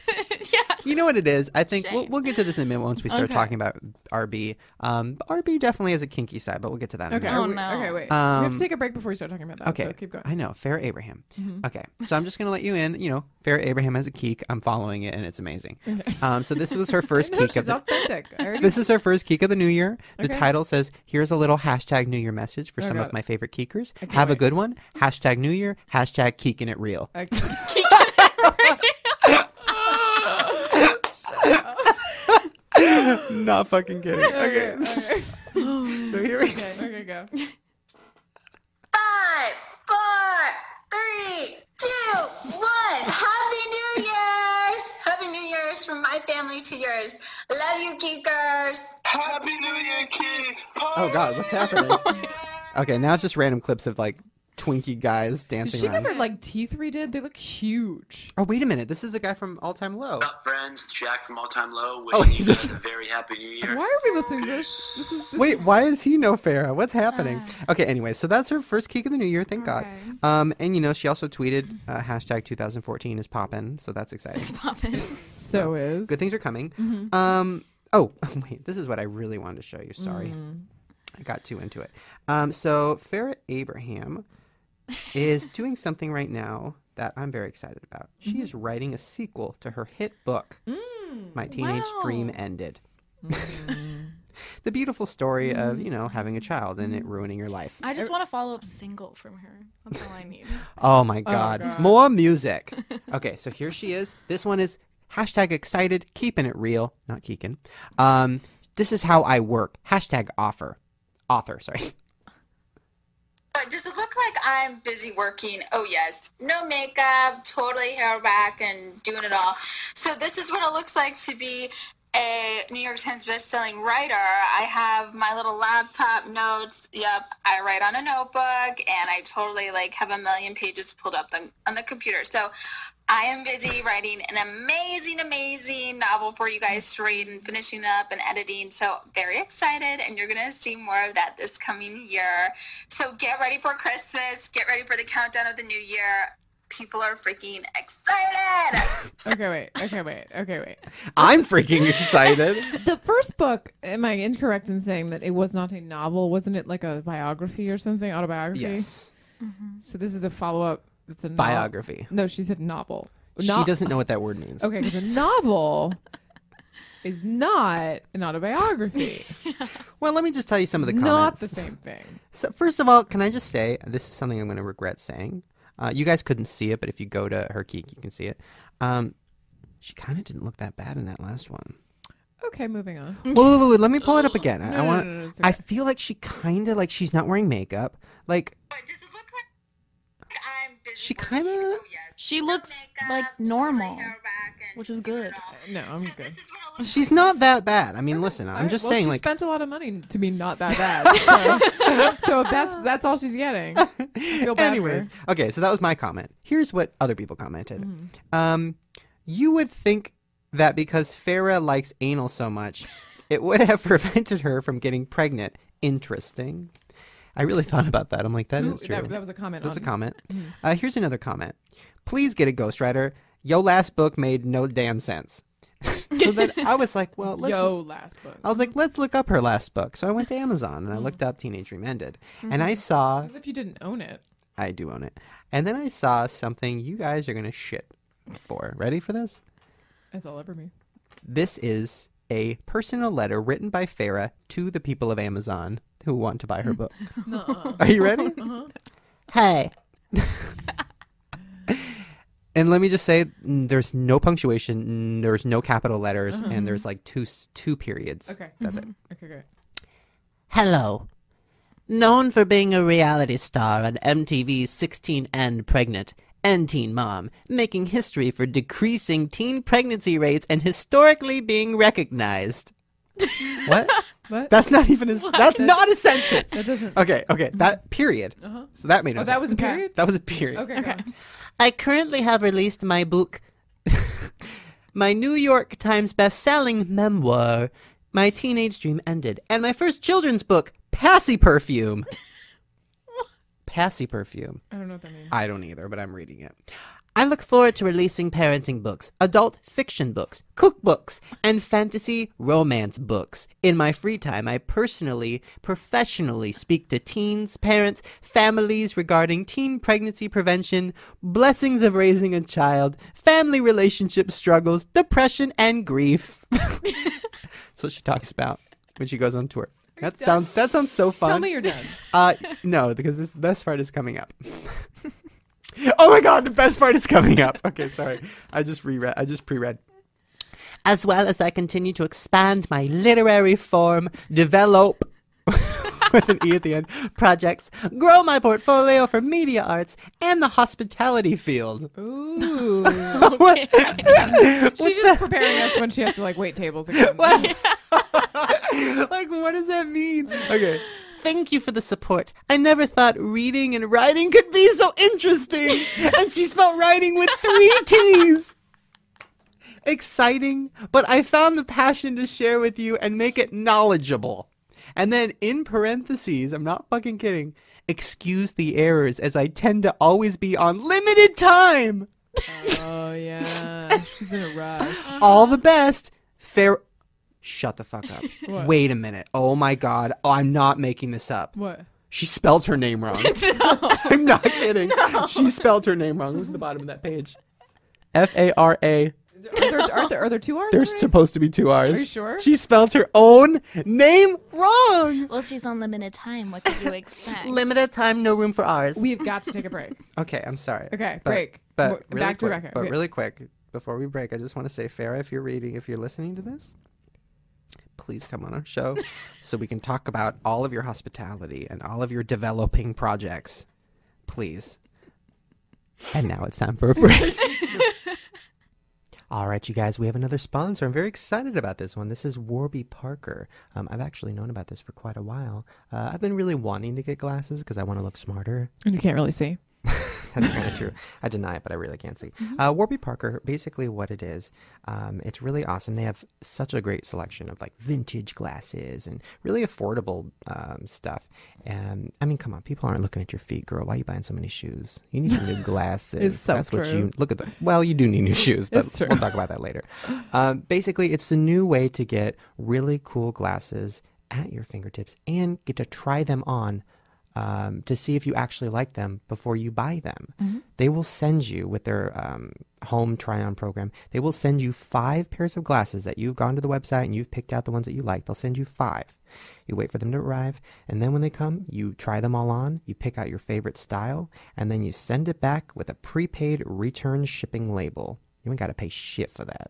yeah. You know what it is? I think we'll, Shame. we'll get to this in a minute once we start Okay. talking about RB. Um, but RB definitely has a kinky side, but we'll get to that in Okay. a Oh, minute. are we- no. Okay, wait. we have Um, to take a break before we start talking about that. Okay. So keep going. Mm-hmm. I know. Fair Abraham. Okay. So I'm just going to let you in. You know, Fair Abraham has a keek. I'm following it and it's amazing. Um, so this was her first No, keek of she's the authentic. I already- This is her first Geek of the New Year. The Okay. title says, Here's a little hashtag New Year message for Oh, some got of it. my favorite Geekers. Have a wait. good one. Hashtag New Year. Hashtag Keeking It Real. Okay. Not fucking kidding. Okay. okay. So here we go. Okay, go. Five, four, three, two, one. Happy New Year's! Happy New Year's from my family to yours. Love you, geekers. Happy New Year, kid. Oh, God. What's happening? okay. Now it's just random clips of like Twinkie guys Does dancing she around. remember like T3 did? They look huge. Oh, wait a minute. This is a guy from All Time Low. What's up, friends? It's Jack from All Time Oh, Low. Wishing he you just- guys a very happy New Year. Why are we listening to this? This is this Wait, why is he no Farah? What's happening? okay, anyway, so that's her first kick of the new year, thank God. Um, and you know, she also tweeted uh, hashtag 2014 is poppin', so that's exciting. Pop it. so is. good things are coming. Mm-hmm. Um, oh, wait, this is what I really wanted to show you. Sorry, Mm. I got too into it. Um, so Farrah Abraham is doing something right now that I'm very excited about. She Mm-hmm. is writing a sequel to her hit book, My Teenage Dream Mm, wow. Mm. Ended. the beautiful story of, you know, having a child and it ruining your life. I just want a follow up single from her. That's all I need. Oh my god. God. More music. okay, so here she is. This one is hashtag excited, keeping it real, not Keegan. Um, this is how I work. Hashtag offer. Author, sorry. Uh, Does it look like I'm busy working? Oh, yes. No makeup, totally hair back, and doing it all. So, this is what it looks like to be a New York Times bestselling writer. I have my little laptop notes. Yep, I write on a notebook, and I totally like have a million pages pulled up on, on the computer. So, I am busy writing an amazing, amazing novel for you guys to read and finishing up and editing. So, very excited, and you're going to see more of that this coming year. So, get ready for Christmas, get ready for the countdown of the new year. People are freaking excited. Okay, wait. Okay, wait. Okay, wait. I'm freaking excited. The first book, am I incorrect in saying that it was not a novel? Wasn't it like a biography or something? Autobiography? yes. So this is the follow up. It's a no- Biography. No, she said novel. She No- doesn't know what that word means. Okay, because a novel is not an autobiography. Well, let me just tell you some of the not comments. the same thing. So first of all, can I just say this is something I'm going to regret saying. Uh, you guys couldn't see it, but if you go to her geek, you can see it. Um, she kind of didn't look that bad in that last one. Okay, moving on. Wait, wait, wait, wait, let me pull it up again. I, No, I no, want. no, no, it's I okay. feel like she kind of like she's not wearing makeup. Like But Does it look like I'm busy? She working? kinda- Oh, yes. She No looks makeup, like totally normal, hair back, and which is doing it good. all. No, I'm So, good. this is what it looks she's not that bad. I mean, listen, I'm Alright, just well, saying she like spent a lot of money to be not that bad. So, so if that's that's all she's getting. I feel bad for Anyways, her. okay, so that was my comment. Here's what other people commented. Mm-hmm. Um, you would think that because Farah likes anal so much, it would have prevented her from getting pregnant. Interesting. I really thought about that. I'm like, that is Ooh, true. that, that was a Mm-hmm. comment. That's a on- comment. Uh, here's another comment. Please get a ghostwriter. Yo last book made no damn sense. so then I was like, well, let's Yo, last book. I was like, let's look up her last book. So I went to Amazon and I looked up Teenage Dream Ended. And I saw As if you didn't own it. I do own it. And then I saw something you guys are gonna shit for. Ready for this? It's all over me. This is a personal letter written by Farah to the people of Amazon who want to buy her book. Nuh-uh. Are you ready? Uh-huh. hey. and let me just say, mm, there's no punctuation, mm, there's no capital letters, and there's like two s- two periods. Okay. That's it. Mm-hmm. Okay, great. Hello. Known for being a reality star on MTV's 16 and Pregnant and Teen Mom, making history for decreasing teen pregnancy rates and historically being recognized. What? What? That's not even a s- that's not a sentence. that doesn't. Okay, okay, that period. Uh-huh. So that made no Oh, that sense. was a period. that was a period. Okay. Okay. I currently have released my book, my New York Times best-selling memoir, My Teenage Dream Ended, and my first children's book, Passy Perfume. Passy perfume. I don't know what that means. I don't either, but I'm reading it. I look forward to releasing parenting books, adult fiction books, cookbooks, and fantasy romance books. In my free time, I personally, professionally speak to teens, parents, families regarding teen pregnancy prevention, blessings of raising a child, family relationship struggles, depression, and grief. That's what she talks about when she goes on tour. That sounds that sounds so fun. Tell me you're done. Uh, no, because this best part is coming up. oh my god, the best part is coming up. Okay, sorry, I just reread. I just pre-read. as well as I continue to expand my literary form, develop with an e at the end. projects, grow my portfolio for media arts, and the hospitality field. Ooh. What? She's just preparing us when she has to like wait tables again. What? like, what does that mean? Okay. Thank you for the support. I never thought reading and writing could be so interesting. and she spelled writing with three T's. exciting, but I found the passion to share with you and make it knowledgeable. And then in parentheses, I'm not fucking kidding, excuse the errors as I tend to always be on limited time. Oh yeah. She's in a rush. All the best. Fair. Shut the fuck up. What? Wait a minute. Oh my god. Oh, I'm not making this up. What? She spelled her name wrong. I'm not kidding. She spelled her name wrong. Look at the bottom of that page. F A R A Is there, are, there, are, there, are there two R's? There's already? supposed to be two R's. Are you sure? She spelled her own name wrong. Well, she's on limited time. What can you expect? Limited time, no room for ours. We've got to take a break. Okay, I'm sorry. Okay, But- break. But Mo- really back to quick, Rebecca. But Okay. really quick, before we break, I just want to say, Farah, if you're reading, if you're listening to this, please come on our show so we can talk about all of your hospitality and all of your developing projects. Please. And now it's time for a break. All right, you guys, we have another sponsor. I'm very excited about this one. This is Warby Parker. Um, I've actually known about this for quite a while. Uh, I've been really wanting to get glasses because I want to look smarter. And you can't really see. That's kind of true. I deny it, but I really can't see. Mm-hmm. Uh, Warby Parker, basically what it is, um, it's really awesome. They have such a great selection of like vintage glasses and really affordable um, stuff. And I mean, come on, people aren't looking at your feet, girl. Why are you buying so many shoes? You need some new glasses. so That's what true. you look at. The, well, you do need new shoes, but It's true. we'll talk about that later. Um, basically, it's the new way to get really cool glasses at your fingertips and get to try them on um, to see if you actually like them before you buy them. They will send you with their um, home try on program, they will send you five pairs of glasses that you've gone to the website and you've picked out the ones that you like. They'll send you five. You wait for them to arrive, and then when they come, you try them all on, you pick out your favorite style, and then you send it back with a prepaid return shipping label. You ain't got to pay shit for that.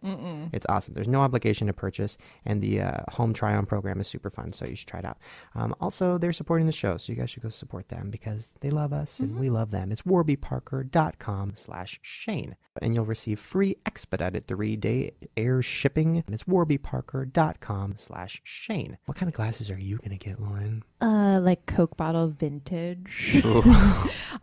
It's awesome. There's no obligation to purchase, and the uh, home try on program is super fun, so you should try it out. Um, also, they're supporting the show, so you guys should go support them because they love us and Mm-hmm. we love them. It's warbyparker.com slash Shane, and you'll receive free expedited three day air shipping. And it's warbyparker.com slash Shane. What kind of glasses are you going to get, Lauren? Uh, like Coke bottle vintage. Uh,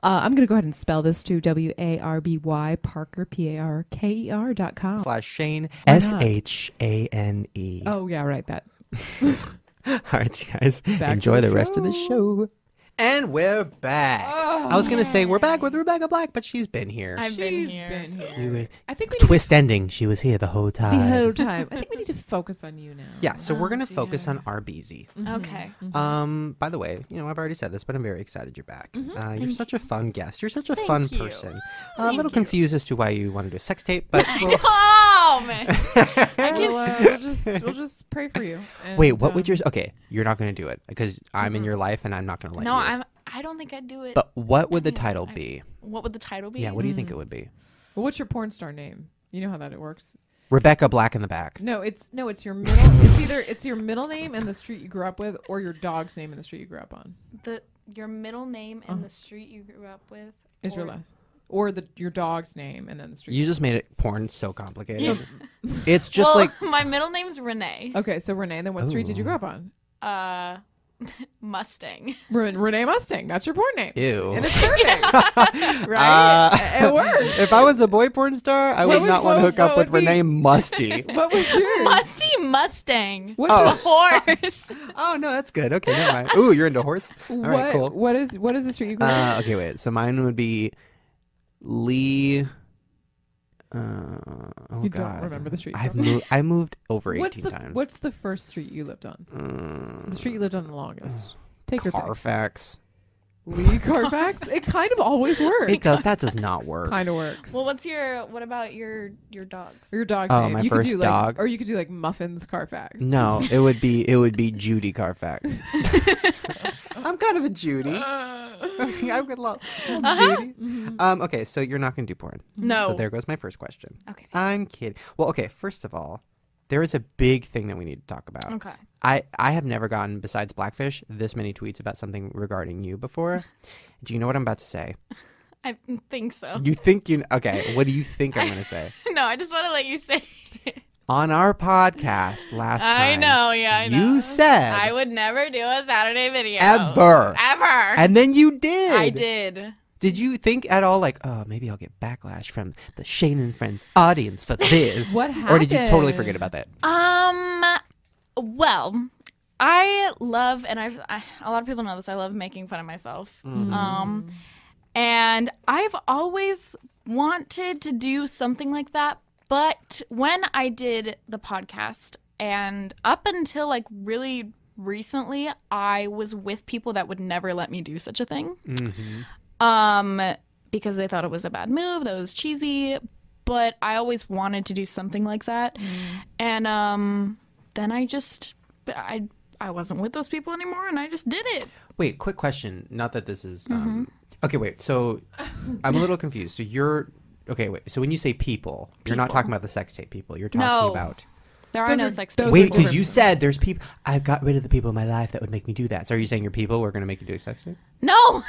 I'm gonna go ahead and spell this to W A R B Y Parker P A R K E R dot com. Slash Shane. Why S not? H A N E. Oh yeah, right. That All right, you guys, Back to enjoy the the rest of the show. show. And we're back. I was going to say we're back with Rebecca Black, but she's been here. I've been She's here. been here. You were- I think we need Twist ending. She was here the whole to, the time. whole time. I think we need to focus on you now. Yeah, so we're gonna focus on RBZ. Okay. Um, by the way, you know I've already said this, but I'm very excited you're back. Uh, you're such a fun guest. You're such a fun you. person. Uh, a little confused as to why you want to do a sex tape, but we'll- Oh man. We'll, uh, we'll just we'll just pray for you. and, wait, what um, would your okay? You're not gonna do it because I'm in your life and I'm not gonna let no, you. I'm. I don't think I'd do it. But what would the title be? what would the title be? Yeah, what do you think it would be? well, what's your porn star name? You know how that it works. Rebecca Black in the back. No, it's no, it's your middle. it's either it's your middle name and the street you grew up with, or your dog's name and the street you grew up on. The your middle name Oh. and the street you grew up with. Is your or- last, or the your dog's name and then the street. You just made it porn so complicated. it's just well, like my middle name's Renee. Okay, so Renee, then what street did you grow up on? Uh, Mustang. Ren- Renee Mustang. That's your porn name. Ew. And it's perfect, right? Uh, it, it works. if I was a boy porn star, I What would would- not want to what- hook up what with would be- Renee Musty. What was Hmm. yours? Musty Mustang. What- The horse. oh no, that's good. Okay, never mind. Ooh, you're into horse. All what, right, cool. what is what is the street you grew up Uh, okay, wait. So mine would be Lee. Uh, oh You don't God, remember the street I've number. moved. I moved over on? eighteen What's the times. what's the first street you lived on? Mm, The street you lived on the longest. Take your pick. Carfax. Lee Carfax. It kind of always works. It does. That does not work. kind of works. well, what's your? What about your your dogs? Or your dog's Oh, name. my you first could do dog. Mm. Like, or you could do like Muffins Carfax. No, it would be it would be Judy Carfax. I'm kind of a Judy. I'm good love Judy. Um, okay, so you're not gonna do porn. Uh-huh. Mm-hmm. No. So there goes my first question. Okay. I'm kidding. Well, okay. First of all, there is a big thing that we need to talk about. Okay. I I have never gotten besides Blackfish this many tweets about something regarding you before. Do you know what I'm about to say? I think so. You think you okay? What do you think I'm gonna say? No, I just want to let you say. On our podcast last time, I know. Yeah, I know. you said I would never do a Saturday video. Ever. Ever. And then you did. I did. Did you think at all like, oh, maybe I'll get backlash from the Shane and Friends audience for this? What Or did you totally forget happened? about that? Um. Well, I love, and I've I, a lot of people know this. I love making fun of myself. Mm-hmm. Um, and I've always wanted to do something like that, but when I did the podcast, and up until like really recently, I was with people that would never let me do such a thing. Um, because they thought it was a bad move, that was cheesy. But I always wanted to do something like that, Mm. and um, then I just I I wasn't with those people anymore, and I just did it. Wait, quick question. Not that this is. Um, Mm-hmm. Okay, wait. So I'm a little confused. So you're. Okay, wait. So when you say people, you're not talking about the sex tape people. You're talking No. about. There are Those no are- sex those tapes. are Wait, people because you were- said there's people. I've got rid of the people in my life that would make me do that. So are you saying your people were going to make you do a sex tape? No.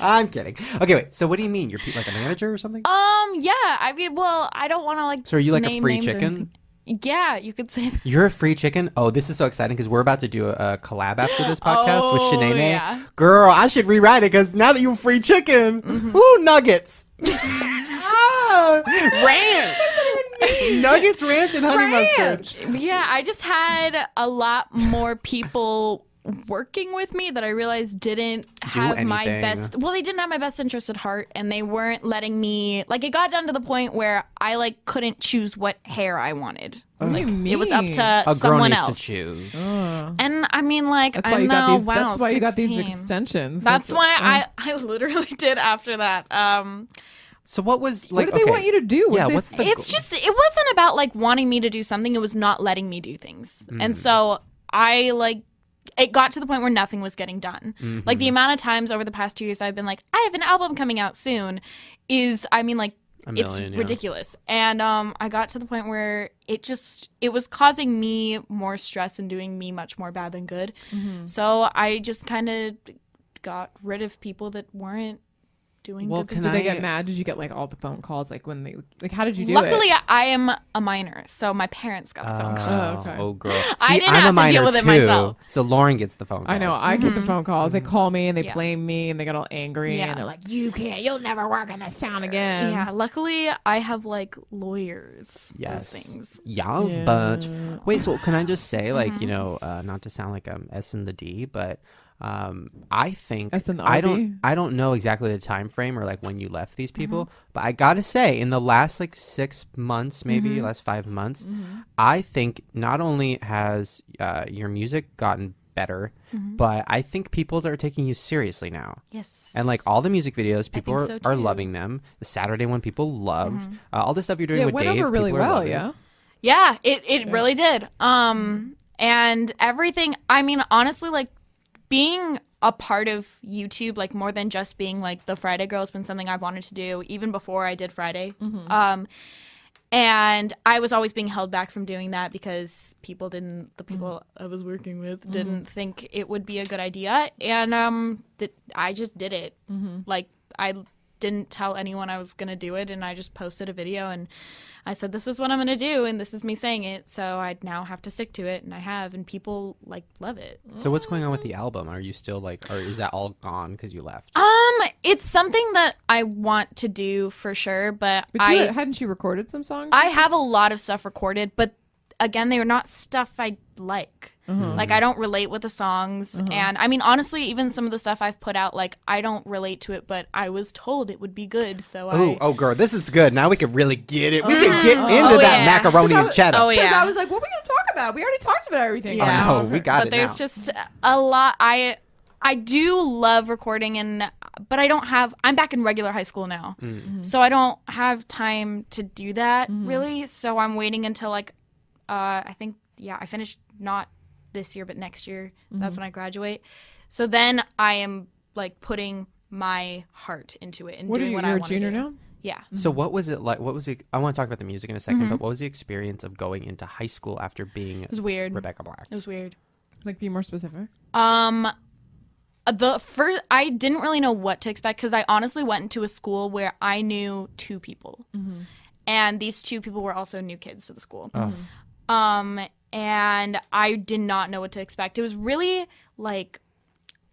I'm kidding. Okay, wait. So what do you mean? Your people, like a manager or something? Um. Yeah. I mean, well, I don't want to like. So are you like a name free names or chicken? anything. Yeah, you could say. That. You're a free chicken. Oh, this is so exciting because we're about to do a, a collab after this podcast with Oh, Shanae. yeah. Girl, I should rewrite it because now that you're free chicken, Mm-hmm. ooh nuggets, Ah, ranch, nuggets, ranch, and honey mustard. Yeah, I just had a lot more people working with me that I realized didn't have my anything. best. Well, they didn't have my best interest at heart, and they weren't letting me. Like, it got down to the point where I like couldn't choose what hair I wanted. What do you mean? It was up to Oh, A girl someone needs else to choose. Uh, And I mean, like, that's I why you know. got these. wow, that's why you got 16. these extensions. That's what- why uh, I, I literally did after that. Um, So what was like? what do they okay, want you to do? What Yeah, do they what's the- it's just it wasn't about like wanting me to do something it was not letting me do things Mm. and so i like it got to the point where nothing was getting done Mm-hmm. like the amount of times over the past two years i've been like i have an album coming out soon is i mean like A it's million, yeah. ridiculous and um i got to the point where it just it was causing me more stress and doing me much more bad than good so i just kind of got rid of people that weren't doing Well, good can Did I they get mad? Did you get like all the phone calls? Like when they like, how did you do Luckily, it? I- I am a minor, so my parents got the phone call. Oh, Oh, okay. oh, girl. See, I didn't am have a to deal minor with it too, myself. So Lauren gets the phone. Calls. I know. I get the phone calls. Mm-hmm. They call me and they Mm-hmm. Yeah. blame me and they get all angry Yeah. and they're like, "You can't. You'll never work in this town again." Yeah, luckily I have like lawyers. Yes. Yes. Things. Y'all's bunch. Wait, so can I just say, like, you know, uh, not to sound like I'm S in the D, but Um, I think That's in the I RV? don't I don't know exactly the time frame or like when you left these people, but I gotta say, in the last like six months, maybe last five months, I think not only has uh, your music gotten better, but I think people are taking you seriously now. Yes. And like all the music videos, people are, so, Mm-hmm. are too. loving them. The Saturday one, people loved uh, all the stuff you're doing Yeah, it with went Dave. over really people are well. loving. Yeah. Yeah, it it really did. Um and everything, I mean honestly like being a part of YouTube like more than just being like the Friday girl has been something I've wanted to do even before I did Friday. Um and I was always being held back from doing that because people didn't the people I was working with didn't think it would be a good idea and um th- I just did it. Like I didn't tell anyone I was going to do it and I just posted a video and I said, this is what I'm going to do, and this is me saying it. So I now have to stick to it, and I have, and people like love it. So what's going on with the album? Are you still like, or is that all gone because you left? Um, it's something that I want to do for sure, but, But you I hadn't you recorded some songs? I have a lot of stuff recorded, but again, they were not stuff I like. Mm-hmm. Like I don't relate with the songs, and I mean honestly, even some of the stuff I've put out, like I don't relate to it, but I was told it would be good, so Oh, I. oh, girl, this is good. Now we can really get it. We can get into Oh, that yeah. macaroni and cheddar. Oh Because yeah. I was like, what are we gonna talk about? We already talked about everything. Yeah. Now. Oh, no, we got but it now. there's just a lot i i do love recording and but i don't have i'm back in regular high school now Mm. Mm-hmm. so i don't have time to do that Mm-hmm. really so i'm waiting until like uh i think yeah i finished not this year but next year that's Mm-hmm. when i graduate so then i am like putting my heart into it and What are doing you? what You're i a want junior to do. now. yeah so what was it like? What was it? I want to talk about the music in a 2nd but what was the experience of going into high school after being Mm-hmm. it was weird Rebecca Black? it was weird Like, be more specific. Um, Uh, the first I didn't really know what to expect because I honestly went into a school where I knew two people, and these two people were also new kids to the school. Um, and I did not know what to expect. It was really like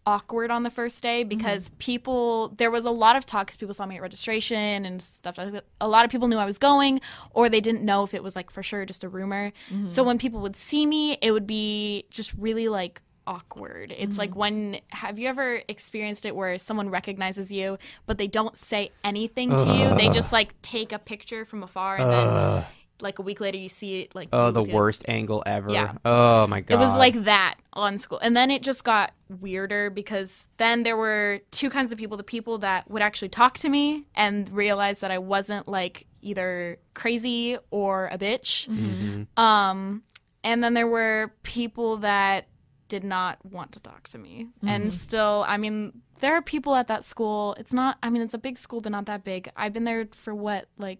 awkward on the first day Mm-hmm. because people there was a lot of talk because people saw me at registration and stuff like that. a lot of people knew i was going or they didn't know if it was like for sure just a rumor Mm-hmm. so when people would see me it would be just really like awkward it's like Mm-hmm. when have you ever experienced it where someone recognizes you but they don't say anything to you they just like take a picture from afar and then like a week later you see it like Oh, move the you. worst angle ever. Yeah. Oh my god. It was like that on school. And then it just got weirder because then there were two kinds of people the people that would actually talk to me and realize that I wasn't like either crazy or a bitch. Mhm. Um, and then there were people that did not want to talk to me. And still, I mean, there are people at that school. It's not, I mean, it's a big school, but not that big. I've been there for what, like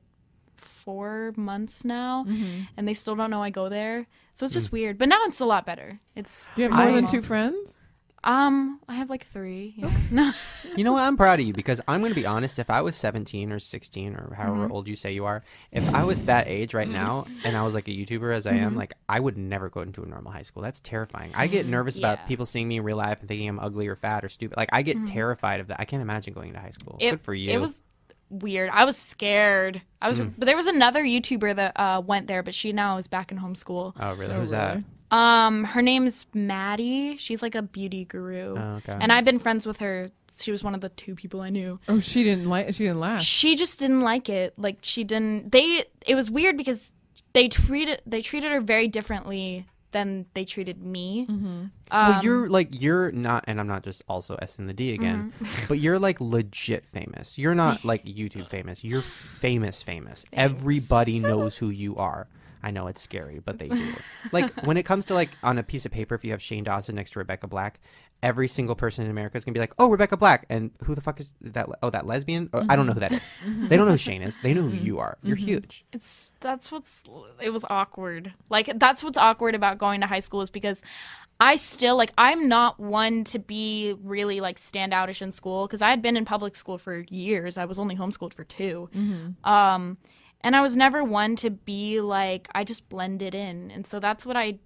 four months now, Mm-hmm. and they still don't know I go there. So it's Mm. just weird. But now it's a lot better. It's, Do you have more I- than two friends? um, I have like three. Yeah. no. You know what? I'm proud of you because I'm going to be honest. If I was 17 or 16 or however Mm-hmm. old you say you are, if I was that age right now and I was like a YouTuber as I am, Mm-hmm. like I would never go into a normal high school. That's terrifying. I get nervous Yeah. Mm-hmm. about people seeing me in real life and thinking I'm ugly or fat or stupid. Like I get terrified of that. I can't imagine going to high school. It- Good for you. Mm. It was weird. I was scared. I was, but there was another YouTuber that uh, went there, but she now is back in homeschool. oh, really? Oh, Who's really? Um, her name's Maddie. She's like a beauty guru, that? Oh, okay. and I've been friends with her. She was one of the two people I knew. Oh, she didn't like. She didn't laugh. She just didn't like it. Like she didn't. They. It was weird because they treated they treated her very differently than they treated me. Mm-hmm. Um, well, you're like you're not, and I'm not just also S and the D again, Mm-hmm. but you're like legit famous. You're not like YouTube famous. You're famous, famous. Everybody knows who you are. I know it's scary, but they do. like when it comes to like on a piece of paper, if you have Shane Dawson next to Rebecca Black, every single person in America is gonna be like, "Oh, Rebecca Black," and who the fuck is that? le- Oh, that lesbian? Oh, I don't know Mm-hmm. who that is. They don't know who Shane is. They know who you are. You're huge. It's that's what's it was awkward. Like that's what's awkward about going to high school is because I still like I'm not one to be really like standoutish in school because I had been in public school for years. I was only homeschooled for 2 Um, and I was never one to be like I just blended in, and so that's what I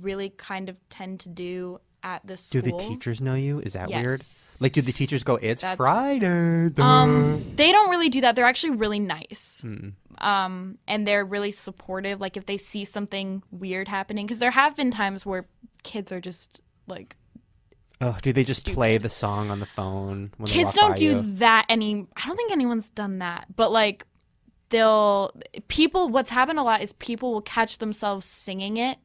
really kind of tend to do at this Do school. the teachers know you? Is that weird? Yes. Like, do the teachers go, "It's That's- Friday"? duh." Um, they don't really do that. They're actually really nice. Hmm. Um, and they're really supportive. Like if they see something weird happening, because there have been times where kids are just like Oh, do they just play the song on the phone when they Kids walk don't by do you? that any. I don't think anyone's done that, but like they'll people. What's happened a lot is people will catch themselves singing it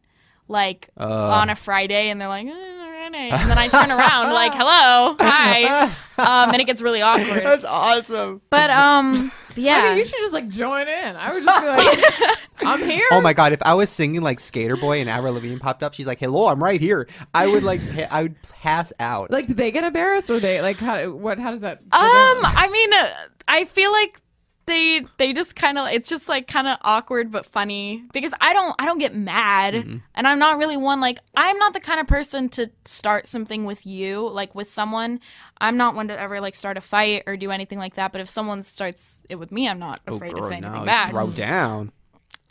like Uh. on a Friday, and they're like. "Eh, alrighty." And then I turn around like, "Hello, hi," um, and it gets really awkward. That's awesome. But um, yeah, I mean, you should just like join in. I would just be like, I'm here. Oh my god! If I was singing like Skater Boy and Avril Lavigne popped up, she's like, "Hello, I'm right here." I would like, pa- I would pass out. Like, did they get embarrassed or they like how? What? How does that? go Um, down? I mean, uh, I feel like they they just kind of it's just like kind of awkward but funny because I don't I don't get mad Mm-hmm. and I'm not really one like I'm not the kind of person to start something with you like with someone I'm not one to ever like start a fight or do anything like that but if someone starts it with me I'm not oh afraid to say anything no! back. Throw down.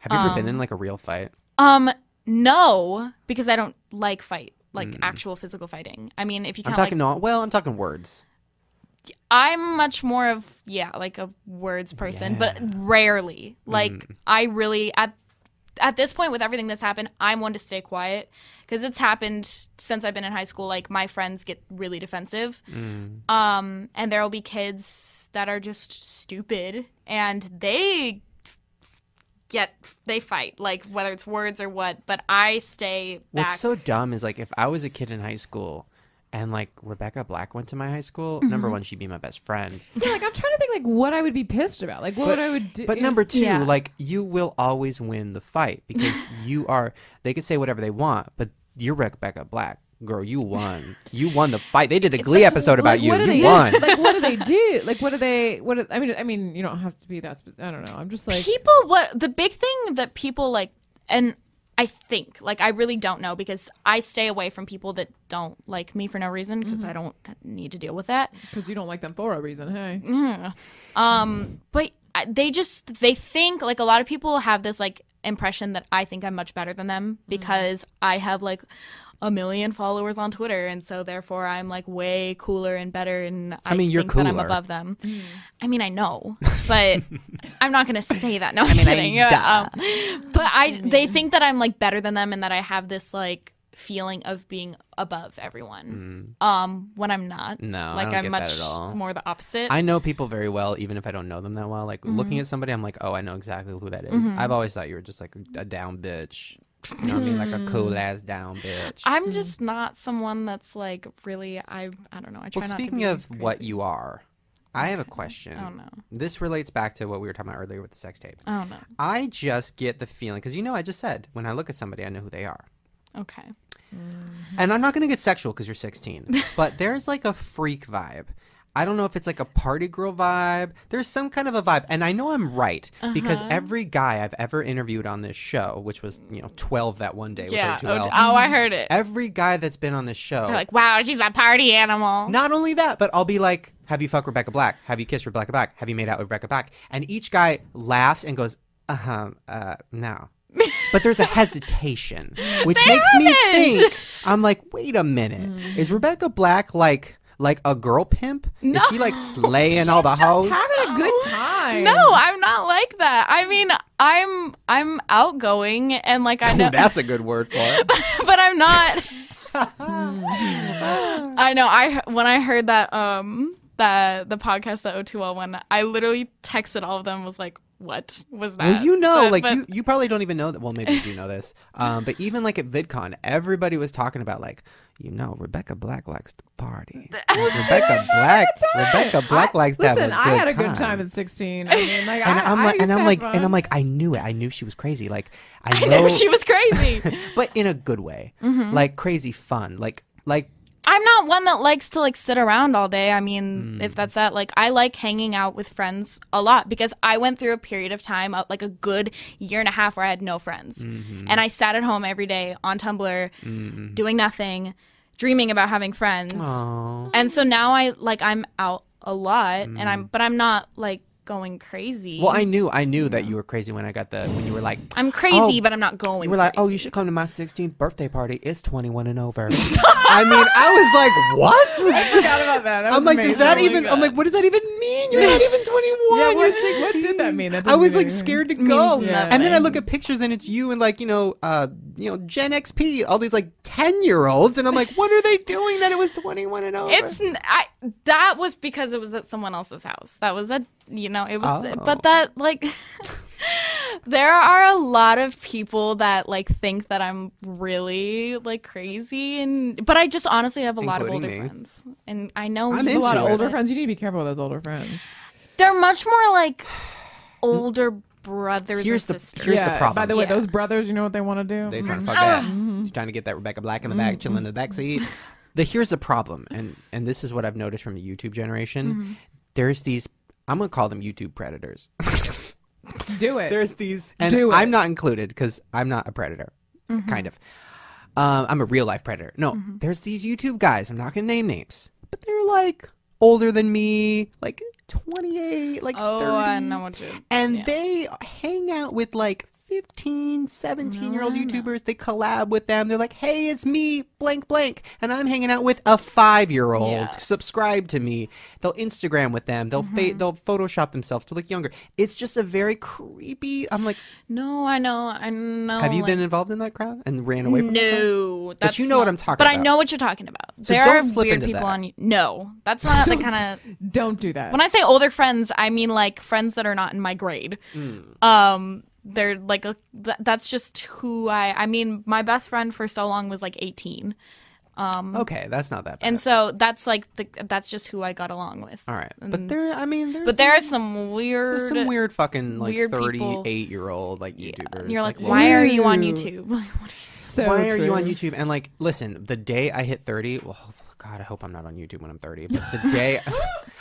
Have you ever been in like a real fight? um, no, because I don't like fight like actual physical fighting. I mean, if you Mm. I'm can't talking like, not well. I'm talking words. I'm much more of yeah, like a words person, but rarely. Mm. Like I really at at this point with everything that's happened, I'm one to stay quiet because it's happened since I've been in high school. Like my friends get really defensive, Mm. um, and there will be kids that are just stupid and they get they fight like whether it's words or what. But I stay back. What's so dumb is like if I was a kid in high school and like Rebecca Black went to my high school, number Mm-hmm. one, she'd be my best friend. Yeah, like I'm trying to think like what I would be pissed about. Like what would I would do? But number two, like you will always win the fight because you are, they can say whatever they want, but you're Rebecca Black. Girl, you won. You won the fight. They did a Glee episode about What do you. they You won. like? What do they do? Like what do they? What do, I mean? I mean, you don't have to be that. Spe- I don't know. I'm just like people what the big thing that people like and I think like I really don't know because I stay away from people that don't like me for no reason because I don't need to deal with that. because you don't like them for a reason. Hey, Um but I- they just they think like a lot of people have this like impression that I think I'm much better than them Mm-hmm. because I have like a million followers on Twitter and so therefore I'm like way cooler and better and I, mean, you're think that I'm cooler. Mm. above them. I mean I know, but I'm not gonna say that. No, I'm mean, I- kidding. Yeah, um, but I, they think that I'm like better than them, and that I have this like feeling of being above everyone. Um, when I'm not. Mm. No, I like don't am get that much at all. more the opposite. I know people very well, even if I don't know them that well. Like Mm-hmm. looking at somebody, I'm like, oh, I know exactly who that is. I've always thought you were just like a, a down bitch. You know what I mean? Like a Mm. cool ass down bitch. I'm just not someone that's like really. I I don't know. I try well, not to. speaking be of crazy. what you are, I have a question. Oh no. This relates back to what we were talking about earlier with the sex tape. Oh no. I just get the feeling because you know I just said when I look at somebody I know who they are, Okay. and I'm not going to get sexual because you're 16, but there's like a freak vibe. I don't know if it's like a party girl vibe. There's some kind of a vibe, and I know I'm right Uh-huh. because every guy I've ever interviewed on this show, which was you know 12 that one day, Yeah. with Oh, O2L, d- oh, I heard it. every oh. guy that's been on this show, They're like, wow, she's a party animal. Not only that, but I'll be like, "Have you fucked Rebecca Black? Have you kissed Rebecca Black? Have you made out with Rebecca Black?" And each guy laughs and goes, "Uh huh, uh, no." But there's a hesitation, which makes me think. I'm like, wait a minute, is Rebecca Black like like a girl pimp? Is she like slaying all the hoes? having a good time. No, I'm not like that. I mean, I'm I'm outgoing and like I Ooh, know that's a good word for it. but I'm not. I know. I when I heard that um that the podcast the O2L one, I literally texted all of them. Was like, what was that? Well, you know, But- like but- you, you probably don't even know that. Well, maybe you do know this, um, but even like at VidCon, everybody was talking about like, you know, Rebecca Black likes to party. Rebecca Black, Rebecca Black likes to have Listen, a I had a good time at 16. I mean, like and I, I'm I like, used and to I'm have like, fun. and I'm like, I knew it. I knew she was crazy. Like, I, I know, know she was crazy. but in a good way, Mm-hmm. like crazy fun, like like I'm not one that likes to like sit around all day. I mean, Hmm. if that's that, like I like hanging out with friends a lot because I went through a period of time, uh, like a good year and a half, where I had no friends, Mm-hmm. and I sat at home every day on Tumblr, doing nothing, dreaming about having friends. oh, And so now I like I'm out a lot, and I'm but I'm not like going crazy. Mm. well, I knew, I knew that you were crazy when I got the when you were like. I'm crazy, Oh, but I'm not going. You were like, crazy. oh, you should come to my 16th birthday party. It's 21 and over. I mean, I was like, what? I forgot about that. That I'm was like, amazing. does that Oh my even? God. I'm like, what does that even mean? You're not even 21. Yeah, You're what- 16. what did that mean? That I doesn't was mean like anything. scared to go. Means And then I nothing. look at pictures and it's you and like you know uh, you know, Gen XP, all these like 10 year olds. And I'm like, what are they doing that it was 21 and over? It's n I that was because it was at someone else's house. That was a you know it was Oh. but that like there are a lot of people that like think that I'm really like crazy and but I just honestly have a lot of older Including me. friends and I know I'm you- a lot of Into it. older friends. You need to be careful with those older friends. they're much more like older brothers. Here's and the- sisters. here's the yeah, problem. By the way, Yeah. those brothers, you know what they want to do? They're Mm. trying to fuck that. She's trying to get that Rebecca Black in the back, Mm-hmm. chilling in the back seat. The here's the problem, and and this is what I've noticed from the YouTube generation. Mm-hmm. There's these I'm gonna call them YouTube predators. Mm-hmm. do it. There's these, and Do it. I'm not included because I'm not a predator, Mm-hmm. kind of. Um, I'm a real life predator. No, there's these YouTube guys. I'm not gonna name names, but they're like older than me, like 28, like Oh, 30 I know what you. and Yeah. they hang out with like 15 17 year old youtubers they collab with them they're like hey it's me blank blank and i'm hanging out with a five year old Yeah. subscribe to me they'll instagram with them they'll Mm-hmm. fa- they'll photoshop themselves to look younger it's just a very creepy i'm like No, I know, Oh, I know. have you like- been involved in that crowd and ran away from that crowd? No, that's you know what not- I'm talking But I about. know what you're talking about. So there don't are slip weird into people that. on. No, that's not the kind of. Don't do that. When I say older friends, I mean like friends that are not in my grade. Hmm. Um, they're like a, th- that's just who I. I mean, my best friend for so long was like 18, okay that's not that bad and so that's like the, that's just who I got along with. all right but there i mean there's But there are some weird. there's some weird fucking like weird people. 38 year old like Yeah. youtubers You're like, little why are you on Ew. YouTube? Like, what are you- so why are you true. on YouTube? And like, listen, the day I hit 30, well, hopefully- God, I hope I'm not on YouTube when I'm 30. But the day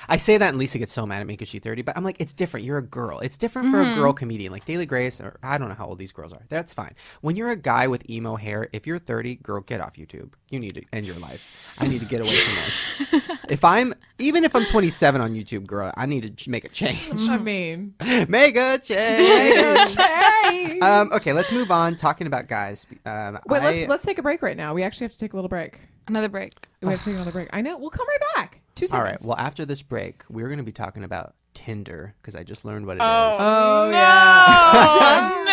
I say that, and Lisa gets so mad at me because she's 30, but I'm like, it's different. You're a girl. It's different for Mm-hmm. a girl comedian, like Daily Grace, or I don't know how old these girls are. That's fine. When you're a guy with emo hair, if you're 30, girl, get off YouTube. You need to end your life. I need to get away from this. if I'm, even if I'm 27 on YouTube, girl, I need to ch- make a change. I mean, make a change. hey. um, okay, let's move on. Talking about guys. Um, Wait, I- let's let's take a break right now. We actually have to take a little break. Another break. We have to take another break. I know. We'll come right back. Two seconds. All right. Well, after this break, we're going to be talking about Tinder because I just learned what it is. Oh yeah.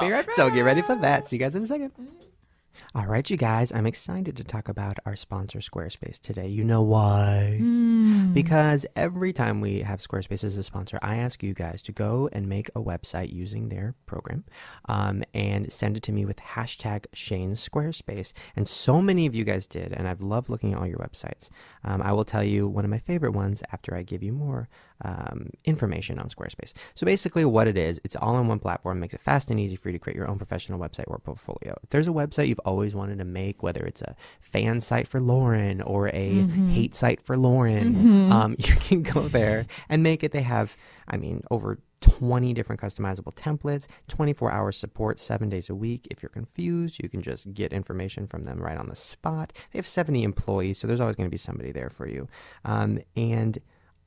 no. Be right back. So get ready for that. See you guys in a second. Mm. All right, you guys, I'm excited to talk about our sponsor, Squarespace, today. You know why? Hmm. Because every time we have Squarespace as a sponsor, I ask you guys to go and make a website using their program um, and send it to me with hashtag Shane Squarespace. And so many of you guys did, and I've loved looking at all your websites. Um, I will tell you one of my favorite ones after I give you more um, information on Squarespace. So basically, what it is, it's all in one platform, makes it fast and easy for you to create your own professional website or portfolio. If there's a website you've always wanted to make, whether it's a fan site for Lauren or a hate site for Lauren, um, you can go there and make it. They have, I mean, over 20 different customizable templates, 24 hour support, seven days a week. If you're confused, you can just get information from them right on the spot. They have 70 employees, so there's always going to be somebody there for you. Um, and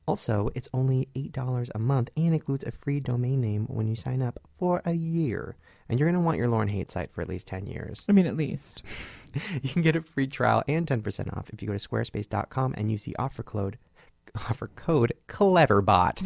also, it's only $8 a month and includes a free domain name when you sign up for a year. And you're going to want your Lauren Hate site for at least 10 years. I mean, at least. You can get a free trial and 10% off if you go to squarespace.com and use the offer code offer code cleverbot.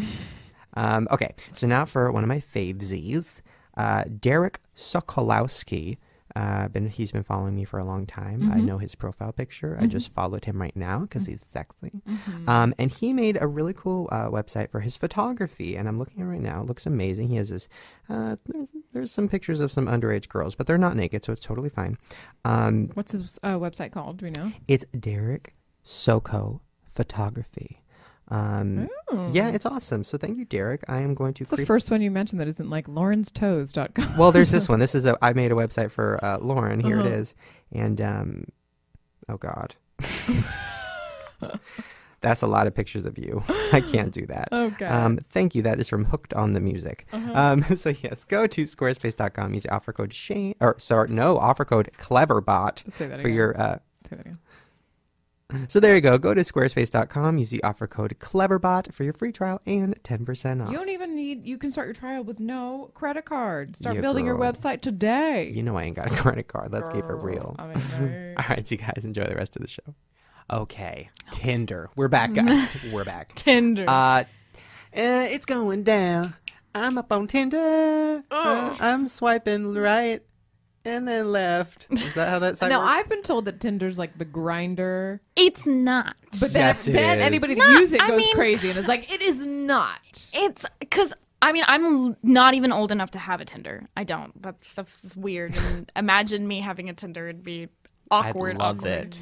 um, okay, so now for one of my favesies, uh, Derek Sokolowski. Uh, been he's been following me for a long time. I know his profile picture. I just followed him right now because he's sexy. Um, and he made a really cool uh, website for his photography, and I'm looking at it right now. It looks amazing. He has this. Uh, there's there's some pictures of some underage girls, but they're not naked, so it's totally fine. Um, What's his uh, website called? Do we know? it's Derek Soko Photography. Um, Yeah, it's awesome. So thank you, Derek. I am going to Hmm. It's the creep. first one you mentioned that isn't like laurenstoes.com. well, there's this one. This is a. I made a website for uh, Lauren. Here Uh-huh. it is, and um, oh god, that's a lot of pictures of you. I can't do that. Oh, God. Uh-huh. Um, thank you. That is from Hooked on the Music. Um, so yes, go to squarespace.com. Use the offer code Shane, or sorry, no, offer code Cleverbot Say that for again. your uh, Say that again. So there you go. Go to squarespace.com, use the offer code CLEVERBOT for your free trial and 10% off. You You, don't even need. You can start your trial with no credit card. Start Yeah, building your girl. website today. Oh, know I ain't got a credit card. Let's keep it real. I mean, All right, you guys, enjoy the rest of the show. Okay, Tinder. We're back, guys. We're back. Tinder. Uh, uh, it's going down. I'm up on Tinder. Uh, I'm swiping right. and then left. Is that how that site Now works? I've been told that Tinder's like the grinder, It's not. but then, Yes, it then is. anybody that Not- uses it I goes mean- crazy and is like, it is not. It's because I mean I'm l- not even old enough to have a Tinder. I don't. That stuff is weird. And imagine me having a Tinder would be awkward. I love awkward. it.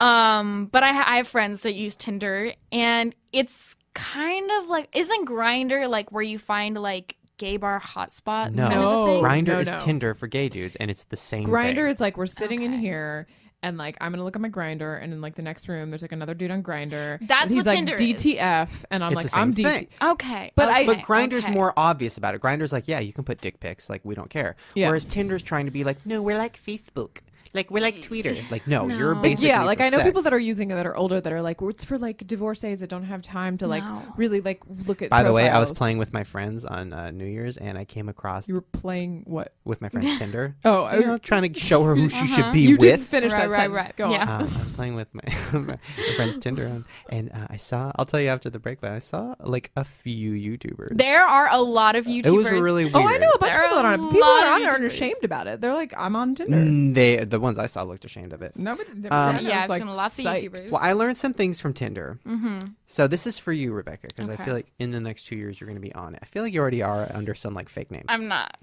Um, but I, ha- I have friends that use Tinder, and it's kind of like isn't Grinder like where you find like gay bar hotspot? No. kind of a thing? No. Grinder no, is no. Tinder for gay dudes, and it's the same Grinder thing. is like we're sitting in Okay. here and like I'm gonna look at my grinder and in like the next room there's like another dude on grinder. That's and he's like what Tinder is. DTF and I'm It's like the same I'm thing. DT. Okay, But I- okay, But But Grinder's okay. more obvious about it. Grinder's like, yeah, you can put dick pics, like we don't care. Yeah. Whereas Tinder's trying to be like, no, we're like Facebook, like we're like Twitter. Like, no, you're No. But basically. yeah, like for I know people sex. that are using it that are older that are like well, it's for like divorcees that don't have time to like No. really like look at. By the way, I was profiles. playing with my friends on uh, New Year's, and I came across You were playing what? with my friend's Tinder. Oh, Uh-huh. So, you know, trying to show her who she should be you didn't with. finish Right, that right, sentence. right. Go Yeah. on. um, I was playing with my, my friend's Tinder on, and uh, I saw. I'll tell you after the break, but I saw like a few YouTubers. There are a lot of YouTubers. it was really weird. Oh, I know a bunch There of people are that are a on it. People lot that are of on it aren't YouTubers. ashamed about it. They're like, I'm on Tinder. Mm, They the ones I saw looked ashamed of it. Nobody. Um, Yeah, I've seen lots of YouTubers. Well, I learned some things from Tinder. hmm So this is for you, Rebecca, because I Okay. feel like in the next two years you're going to be on it. I feel like you already are under some like fake name. I'm not.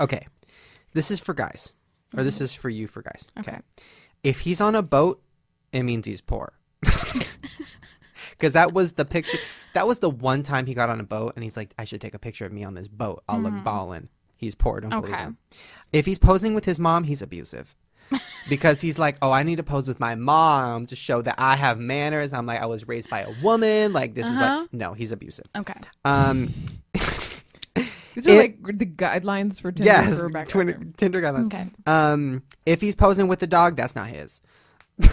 Okay, this is for guys, or this is for you for guys. Okay. if he's on a boat, it means he's poor. Because that was the picture. That was the one time he got on a boat and he's like, I should take a picture of me on this boat. I'll look ballin'. He's poor. Don't believe Mm-hmm. Okay. him. If he's posing with his mom, he's abusive. because he's like, oh, I need to pose with my mom to show that I have manners. I'm like, I was raised by a woman. Like, this is Uh-huh. what. No, he's abusive. Okay. Um, These are It- like the guidelines for Tinder yes, for Rebecca. Tinder, Tinder guidelines. Okay. Um, if he's posing with the dog, that's not his.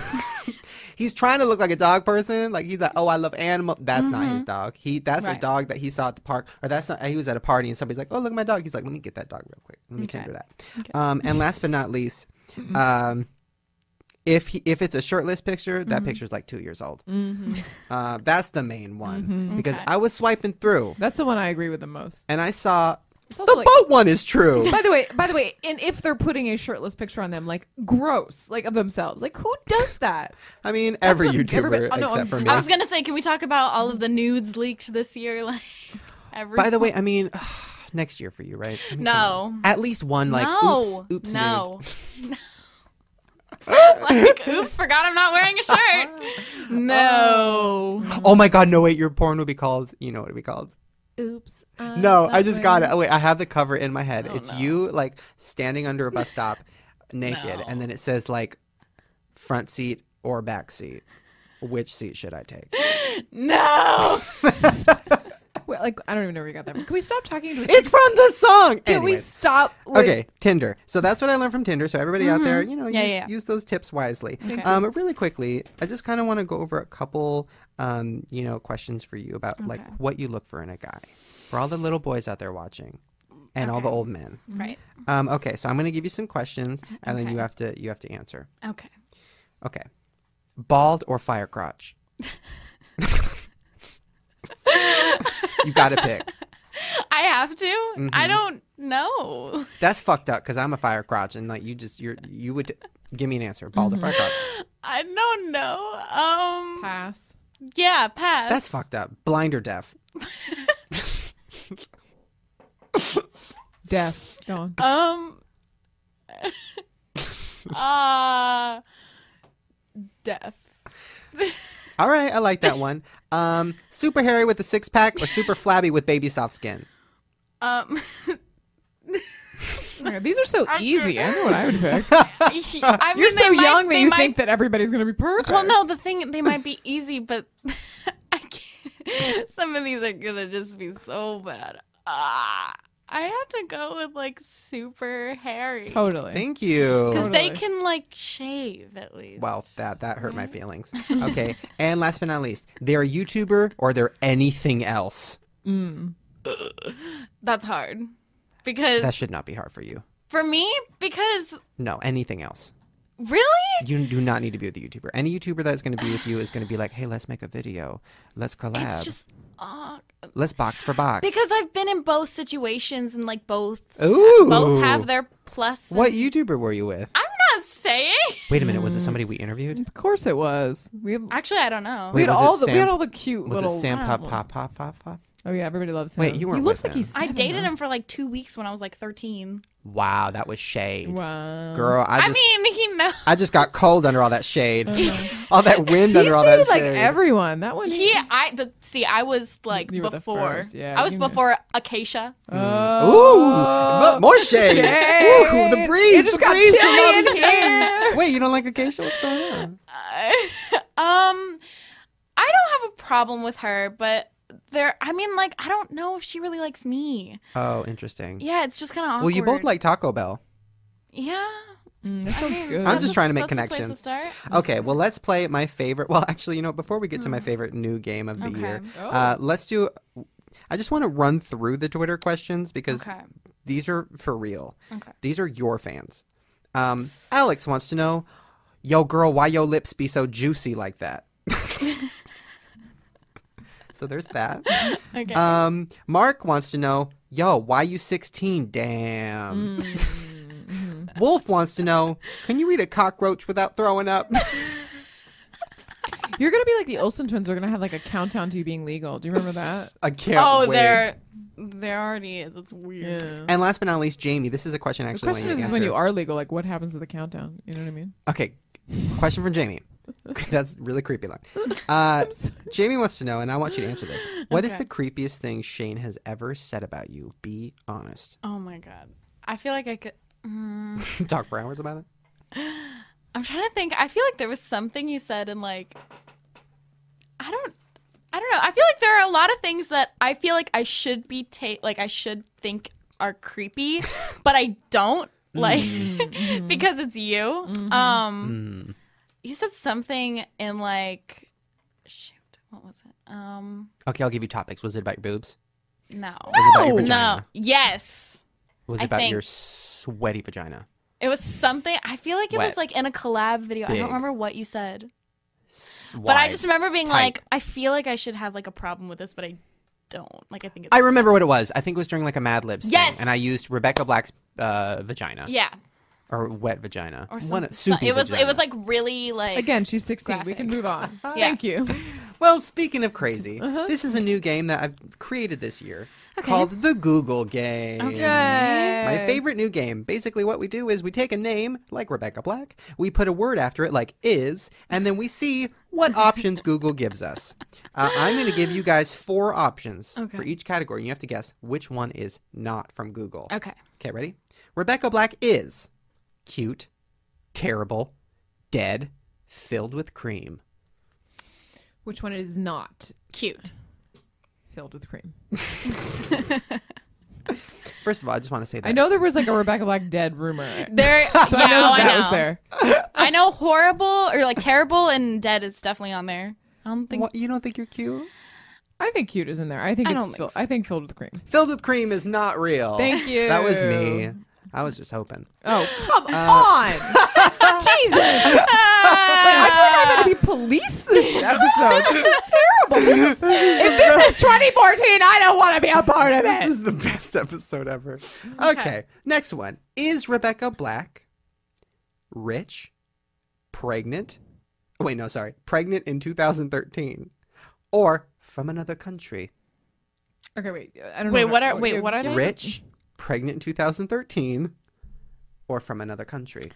he's trying to look like a dog person. Like he's like, oh, I love animal. That's not his dog. He that's a Mm-hmm. Right. dog that he saw at the park, or that's not. He was at a party and somebody's like, oh, look at my dog. He's like, let me get that dog real quick. Let me Okay. tender that. Um, and last but not least, um, if he, if it's a shirtless picture, Mm-hmm. that picture's like two years old. hmm Uh, that's the main one because Mm-hmm. Okay. I was swiping through That's the one I agree with the most. and I saw It's the also like, boat one is true. by the way, by the way, and if they're putting a shirtless picture on them, like gross, like of themselves, like who does that? I mean, every what everybody- YouTuber oh, no, except for me. I was gonna say, can we talk about all of the nudes leaked this year? Like every. By the way, I mean, next year for you, right? I mean, come on. No. At least one, like, no. oops, oops, no. like, oops, forgot I'm not wearing a shirt. No. nude. Oh my god, no, wait, your porn would be called, you know what it would be called. Oops. no, I just got it. Oh, wait, I have the cover in my Oh, head. it's no. you, like, standing under a bus stop naked, and then it says, like, front seat or back seat. Which seat should I take? No. Wait, like I don't even know where you got that. From. Can we stop talking to? a It's six- from the song! Can we Anyways. stop? With, Okay, Tinder. So that's what I learned from Tinder. So everybody out there, you know, Mm-hmm. Yeah, use, yeah, yeah. use those tips wisely. Okay. Um, really quickly, I just kind of want to go over a couple, um, you know, questions for you about like Okay. what you look for in a guy for all the little boys out there watching, and all the Okay. old men. right. Um, okay, so I'm gonna give you some questions, and then you Okay. have to you have to answer. Okay. Okay, bald or fire crotch? you gotta pick. I have to. Mm-hmm. I don't know. That's fucked up because I'm a fire crotch, and like you just you're you would give me an answer, bald or fire Mm-hmm. crotch. I don't know. Um. Pass. Yeah. Pass. That's fucked up. Blind or deaf? Death. Go on. Um. uh. Deaf. All right, I like that one. Um, super hairy with a six pack or super flabby with baby soft skin? Um. Oh my God, These are so easy. I know what I would pick. I You're mean, so they might- young that they you might- think that everybody's gonna be perfect. Well, no, the thing they might be easy, but I can't. Some of these are gonna just be so bad. Ah, I have to go with like super hairy because Totally. Thank you. Totally. they can like shave at least. Well, that that hurt my Mm-hmm. feelings. Okay, and last but not least, they're a YouTuber or they're anything else. Mm. that's hard because That should not be hard for you. for me because No, anything else. really You do not need to be with a YouTuber. Any YouTuber that's going to be with you is going to be like, "Hey, let's make a video. Let's collab." it's just oh, Let's box for box. because I've been in both situations and like both Ooh. both have their plus. What YouTuber were you with? I'm not saying. Wait a minute, was it somebody we interviewed? Of course it was. We have, Actually, I don't know. we Wait, had was it all the we Sam- had all the cute Was it little. Sam Pop one. Pop Pop Pop Pop? Oh yeah, everybody loves him. Wait, you He weren't looks with like he's. I seven, dated though. him for like two weeks when I was like 13. Wow, that was shade. Wow. Girl, I I, just mean, he knows. I just got cold under all that shade. all that wind under all that He's Uh-huh. like shade. everyone. That one. He, I, but see, I was like You were the before. first, yeah, I was you knew. before Acacia. Oh. Mm. Ooh, mo- more shade. Ooh, the Shade. breeze, It just the got breeze from chilly all in the shade. here. Wait, you don't like acacia? What's going on? um, I don't have a problem with her, but there. I mean, like, I don't know if she really likes me. Oh, interesting. Yeah, it's just kind of awkward. well, you both like Taco Bell. Yeah. Mm, that sounds good. I'm just that's- trying to make that's a place connections. to start. Okay, well, let's play my favorite. Well, actually, you know, before we get to my favorite new game of the Hmm. Okay. year, Oh. uh, let's do. I just want to run through the Twitter questions because Okay. these are for real. Okay. These are your fans. Um, Alex wants to know, yo, girl, why your lips be so juicy like that? so there's that. Okay. Um, Mark wants to know, yo, why you 16? Damn. Mm. Wolf wants to know, can you eat a cockroach without throwing up? You're gonna be like the Olsen twins. We're gonna have like a countdown to you being legal. Do you remember that? I can't oh, wait. there, there already is. It's weird. And last but not least, Jamie, this is a question I The actually question want is, you to is answer. when you are legal, like what happens to the countdown? You know what I mean? Okay, question from Jamie. That's really creepy. Line. Uh, Jamie wants to know, and I want you to answer this. What is Okay. the creepiest thing Shane has ever said about you? Be honest. Oh my god. I feel like I could. Mm, Talk for hours about it. I'm trying to think. I feel like there was something you said, and like, I don't, I don't know. I feel like there are a lot of things that I feel like I should be take, like I should think are creepy, but I don't like Mm-hmm. because it's you. Mm. Um, you said something in like, shoot, what was it? Um, Okay, I'll give you topics. Was it about your boobs? no, Was it about your no, vagina? yes. Was it I about your think- sweaty vagina? It was something. I feel like it Wet. was like in a collab video. I Big. don't remember what you said, S- but I wide. just remember being Tight. like, I feel like I should have like a problem with this, but I don't. Like I think it's I remember what it was. I think it was during like a Mad Libs Yes. thing, and I used Rebecca Black's uh, vagina yeah or wet vagina. or One- something. soupy it was it was vagina. like really like Again, she's 16. We can Graphic. move on. Yeah. Thank you. Well, speaking of crazy, Uh-huh. this is a new game that I've created this year called the Google Game. My favorite new game. Basically, what we do is we take a name, like Rebecca Black, we put a word after it, like is, and then we see what options Google gives us. Uh, I'm going to give you guys four options for each category. and You have to guess which one is not from Google. okay. Okay, ready? Rebecca Black is cute, terrible, dead, filled with cream. Which one is not Cute. filled with cream? First of all, I just want to say this. I know there was like a Rebecca Black dead rumor. There. So yeah, I know that, oh, that I know. was there. I know horrible or like terrible and dead is definitely on there. I don't think. What, you don't think you're cute? I think cute is in there. I think I it's don't think fill- I think filled with cream. Filled with cream is not real. Thank you. That was me. I was just hoping. Oh, come on. Uh, Jesus. Like, I feel like I'm going to be police this episode. This is terrible. This is- if this is 2014, I don't want to be a part of This it. is the best episode ever. Okay. next one. Is Rebecca Black rich, pregnant? Wait, no, sorry. Pregnant in 2013 or from another country? Okay, wait. I don't Wait, know. what are wait what are they? Rich, pregnant in 2013 or from another country?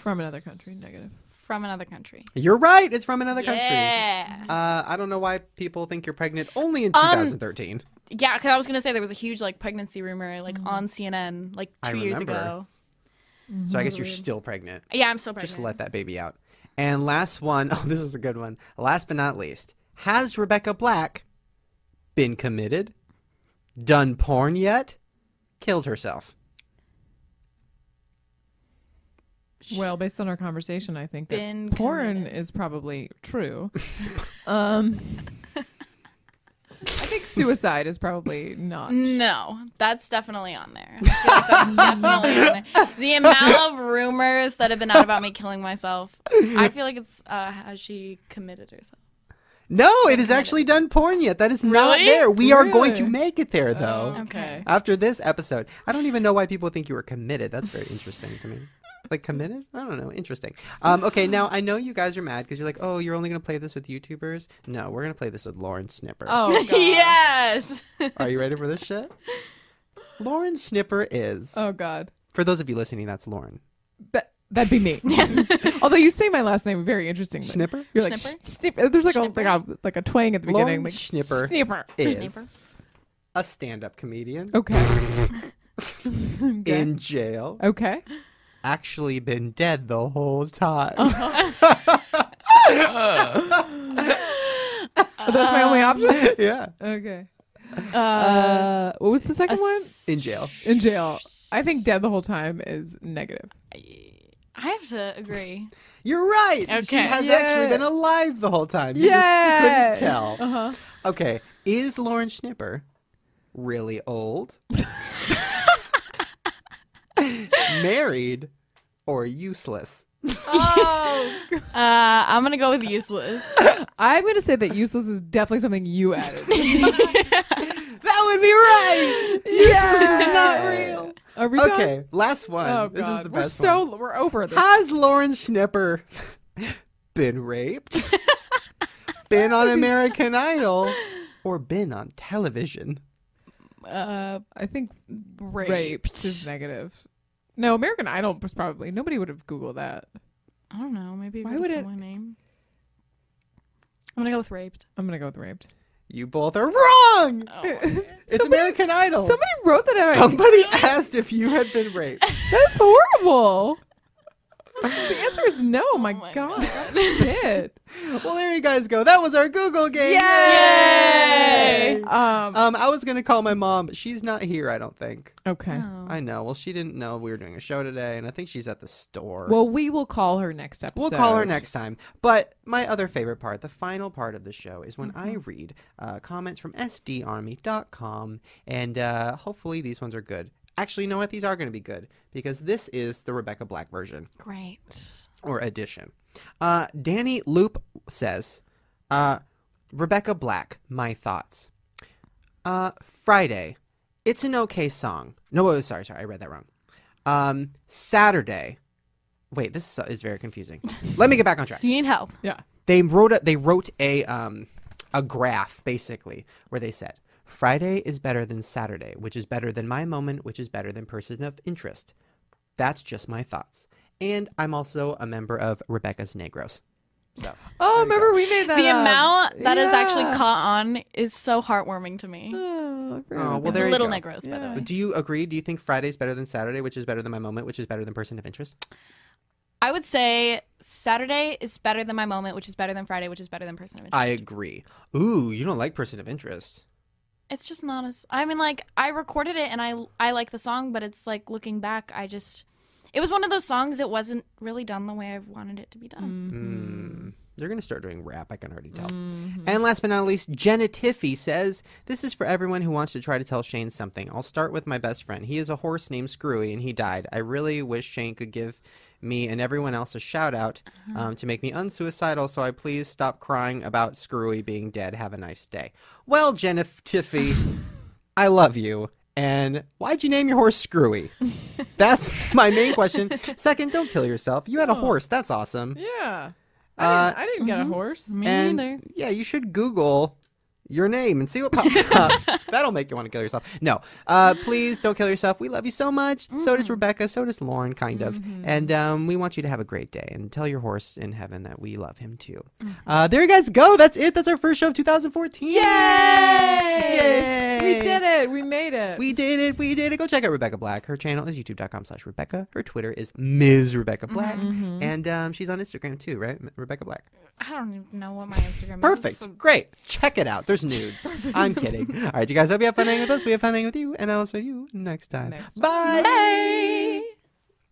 From another country, negative. From another country. You're right. It's from another country. Yeah. Uh, I don't know why people think you're pregnant only in Um, 2013. Yeah, because I was gonna say there was a huge like pregnancy rumor like on CNN like I two years remember. ago. so I guess you're still pregnant. Yeah, I'm still Mm-hmm. pregnant. Just let that baby out. And last one, oh, this is a good one. Last but not least, has Rebecca Black been committed, done porn yet, killed herself? Well, based on our conversation, I think Been that porn committed. is probably true. um, I think suicide is probably not. No, that's definitely on there. I feel like that's definitely on there. The amount of rumors that have been out about me killing myself, I feel like it's uh, how she committed herself. No, it is actually done porn yet. That is not Really? Oh. there. We are going to Really? make it there though. Okay. After this episode, I don't even know why people think you were committed. That's very interesting to me. Like committed? I don't know. Interesting. Um, okay, now I know you guys are mad because you're like, oh, you're only going to play this with YouTubers. No, we're going to play this with Lauren Snipper. Oh, God. yes. Are you ready for this shit? Lauren Snipper is. Oh, God. For those of you listening, that's Lauren. That, that'd be me. Although you say my last name very interestingly. Snipper? You're like, Snipper? "Sh- snip-" There's like a, like, a, like a twang at the Lauren beginning. Oh. Like, Snipper. Snipper. Is Snipper. a stand up comedian Okay. okay. in jail. Uh, okay. Actually, been dead the whole time. Uh-huh. Oh, that's my only option? yeah. Okay. Uh, Uh, what was the a second one? s- In jail. In jail. I think dead the whole time is negative. I have to agree. You're right. She Okay. has actually Yeah. been alive the whole time. You Yeah. just couldn't tell. Uh huh. Okay. Is Lauren Schnipper really old? married or useless? Uh, I'm gonna go with useless. I'm gonna say that useless is definitely something you added. That would be right. Useless is not Yeah. real. Are we done? Okay, last one. Oh god, this is the we're best so one. we're over this. Has Lauren Schnipper been raped? been on American Idol? Or been on television? Uh, I think raped. raped is negative. No, American Idol was probably nobody would have googled that. I don't know. Maybe Why why would would it- it? Name. I'm gonna go with raped. I'm gonna go with raped. You both are wrong! it's Oh, Somebody- American Idol. Somebody wrote that. out. Oh. Somebody asked if you had been raped. That's horrible. the answer is no. Oh My, my god, God. that's it. Well, there you guys go. That was our Google game. Yay! Um. Um, I was gonna call my mom, but she's not here. I don't think. Okay. I know. Well, she didn't know we were doing a show today, and I think she's at the store. Well, we will call her next episode. We'll call her next time. But my other favorite part, the final part of the show, is when I read uh, comments from sdarmy.com, and uh, hopefully these ones are good. Actually, you know what? These are going to be good because this is the Rebecca Black version Great. or edition. Uh, Danny Loop says, uh, Rebecca Black, my thoughts. Uh, Friday, it's an okay song. No, wait, sorry, sorry, I read that wrong. Um, Saturday, wait, this is very confusing. Let me get back on track Do you need help? Yeah. they wrote a they wrote a um a graph basically where they said Friday is better than Saturday, which is better than my moment, which is better than person of interest. That's just my thoughts. And I'm also a member of Rebecca's Negros. So Oh, There you remember go. we made that. The up. amount that is actually Yeah. caught on is so heartwarming to me. Oh, great. Oh, well, It's there you little go. Negroes, by the Yeah. way. do you agree? Do you think Friday's better than Saturday, which is better than my moment, which is better than person of interest? I would say Saturday is better than my moment, which is better than Friday, which is better than person of interest. I agree. Ooh, you don't like person of interest. it's just not as I mean like I recorded it and I I like the song, but it's like looking back, I just it was one of those songs that wasn't really done the way I wanted it to be done. Mm. They're going to start doing rap. I can already tell. And last but not least, Jenna Tiffy says, This is for everyone who wants to try to tell Shane something. I'll start with my best friend. He is a horse named Screwy, and he died. I really wish Shane could give me and everyone else a shout out um, to make me unsuicidal, so I please stop crying about Screwy being dead. Have a nice day. Well, Jenna Tiffy, I love you. And why'd you name your horse Screwy? That's my main question. Second, don't kill yourself. You had a horse. That's awesome. Yeah. I, Uh, didn't, I didn't get a horse. Me and neither. yeah, you should Google your name and see what pops up. That'll make you want to kill yourself. No, uh, please don't kill yourself. We love you so much. So does Rebecca. So does Lauren, kind of. And um, we want you to have a great day. And tell your horse in heaven that we love him too. Uh, there you guys go. That's it. That's our first show of 2014. Yay! We did it. We made it. We did it. We did it. Go check out Rebecca Black. Her channel is youtube.com slash Rebecca. Her Twitter is Ms. Rebecca Black. And um, she's on Instagram too, right? Rebecca Black. I don't even know what my Mm, Instagram is. Perfect. Great. Check it out. There's nudes. I'm kidding. All right, you guys. Hope you have fun hanging with us. We have fun hanging with you, and I'll see you next time. Next time. Bye.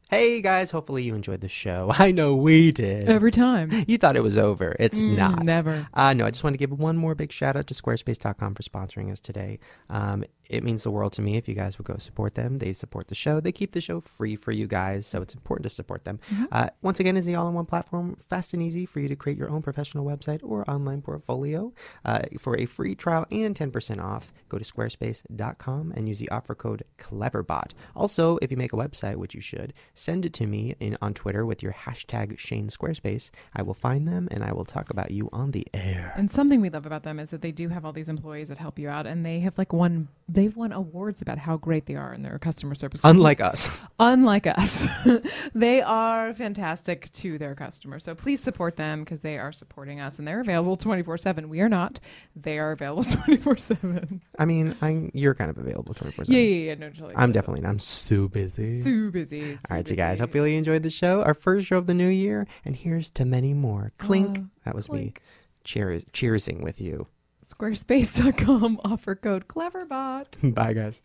Hey guys. Hopefully you enjoyed the show. I know we did. Every time. you thought it was over. It's not. Never. Uh, no, I just want to give one more big shout out to squarespace.com for sponsoring us today. Um, It means the world to me if you guys would go support them. They support the show. They keep the show free for you guys, so it's important to support them. Mm-hmm. Uh, once again, is the all-in-one platform fast and easy for you to create your own professional website or online portfolio. Uh, for a free trial and 10% off, go to squarespace.com and use the offer code CleverBot. Also, if you make a website, which you should, send it to me in, on Twitter with your hashtag Shane Squarespace. I will find them and I will talk about you on the air. And something we love about them is that they do have all these employees that help you out, and they have like won they've won awards about how great they are in their customer service. Unlike us. unlike us, they are fantastic to their customers. So please support them because they are supporting us, and they're available twenty four seven. We are not. They are available twenty four seven. I mean, I'm, you're kind of available 24 Yeah, 7. yeah, yeah. No, totally. I'm definitely not. I'm so busy. too busy. too All right, you guys. busy. Hope you really enjoyed the show, our first show of the new year. And here's to many more. Clink. that was me clink. cheer- cheersing with you. Squarespace.com offer code Cleverbot. Bye, guys.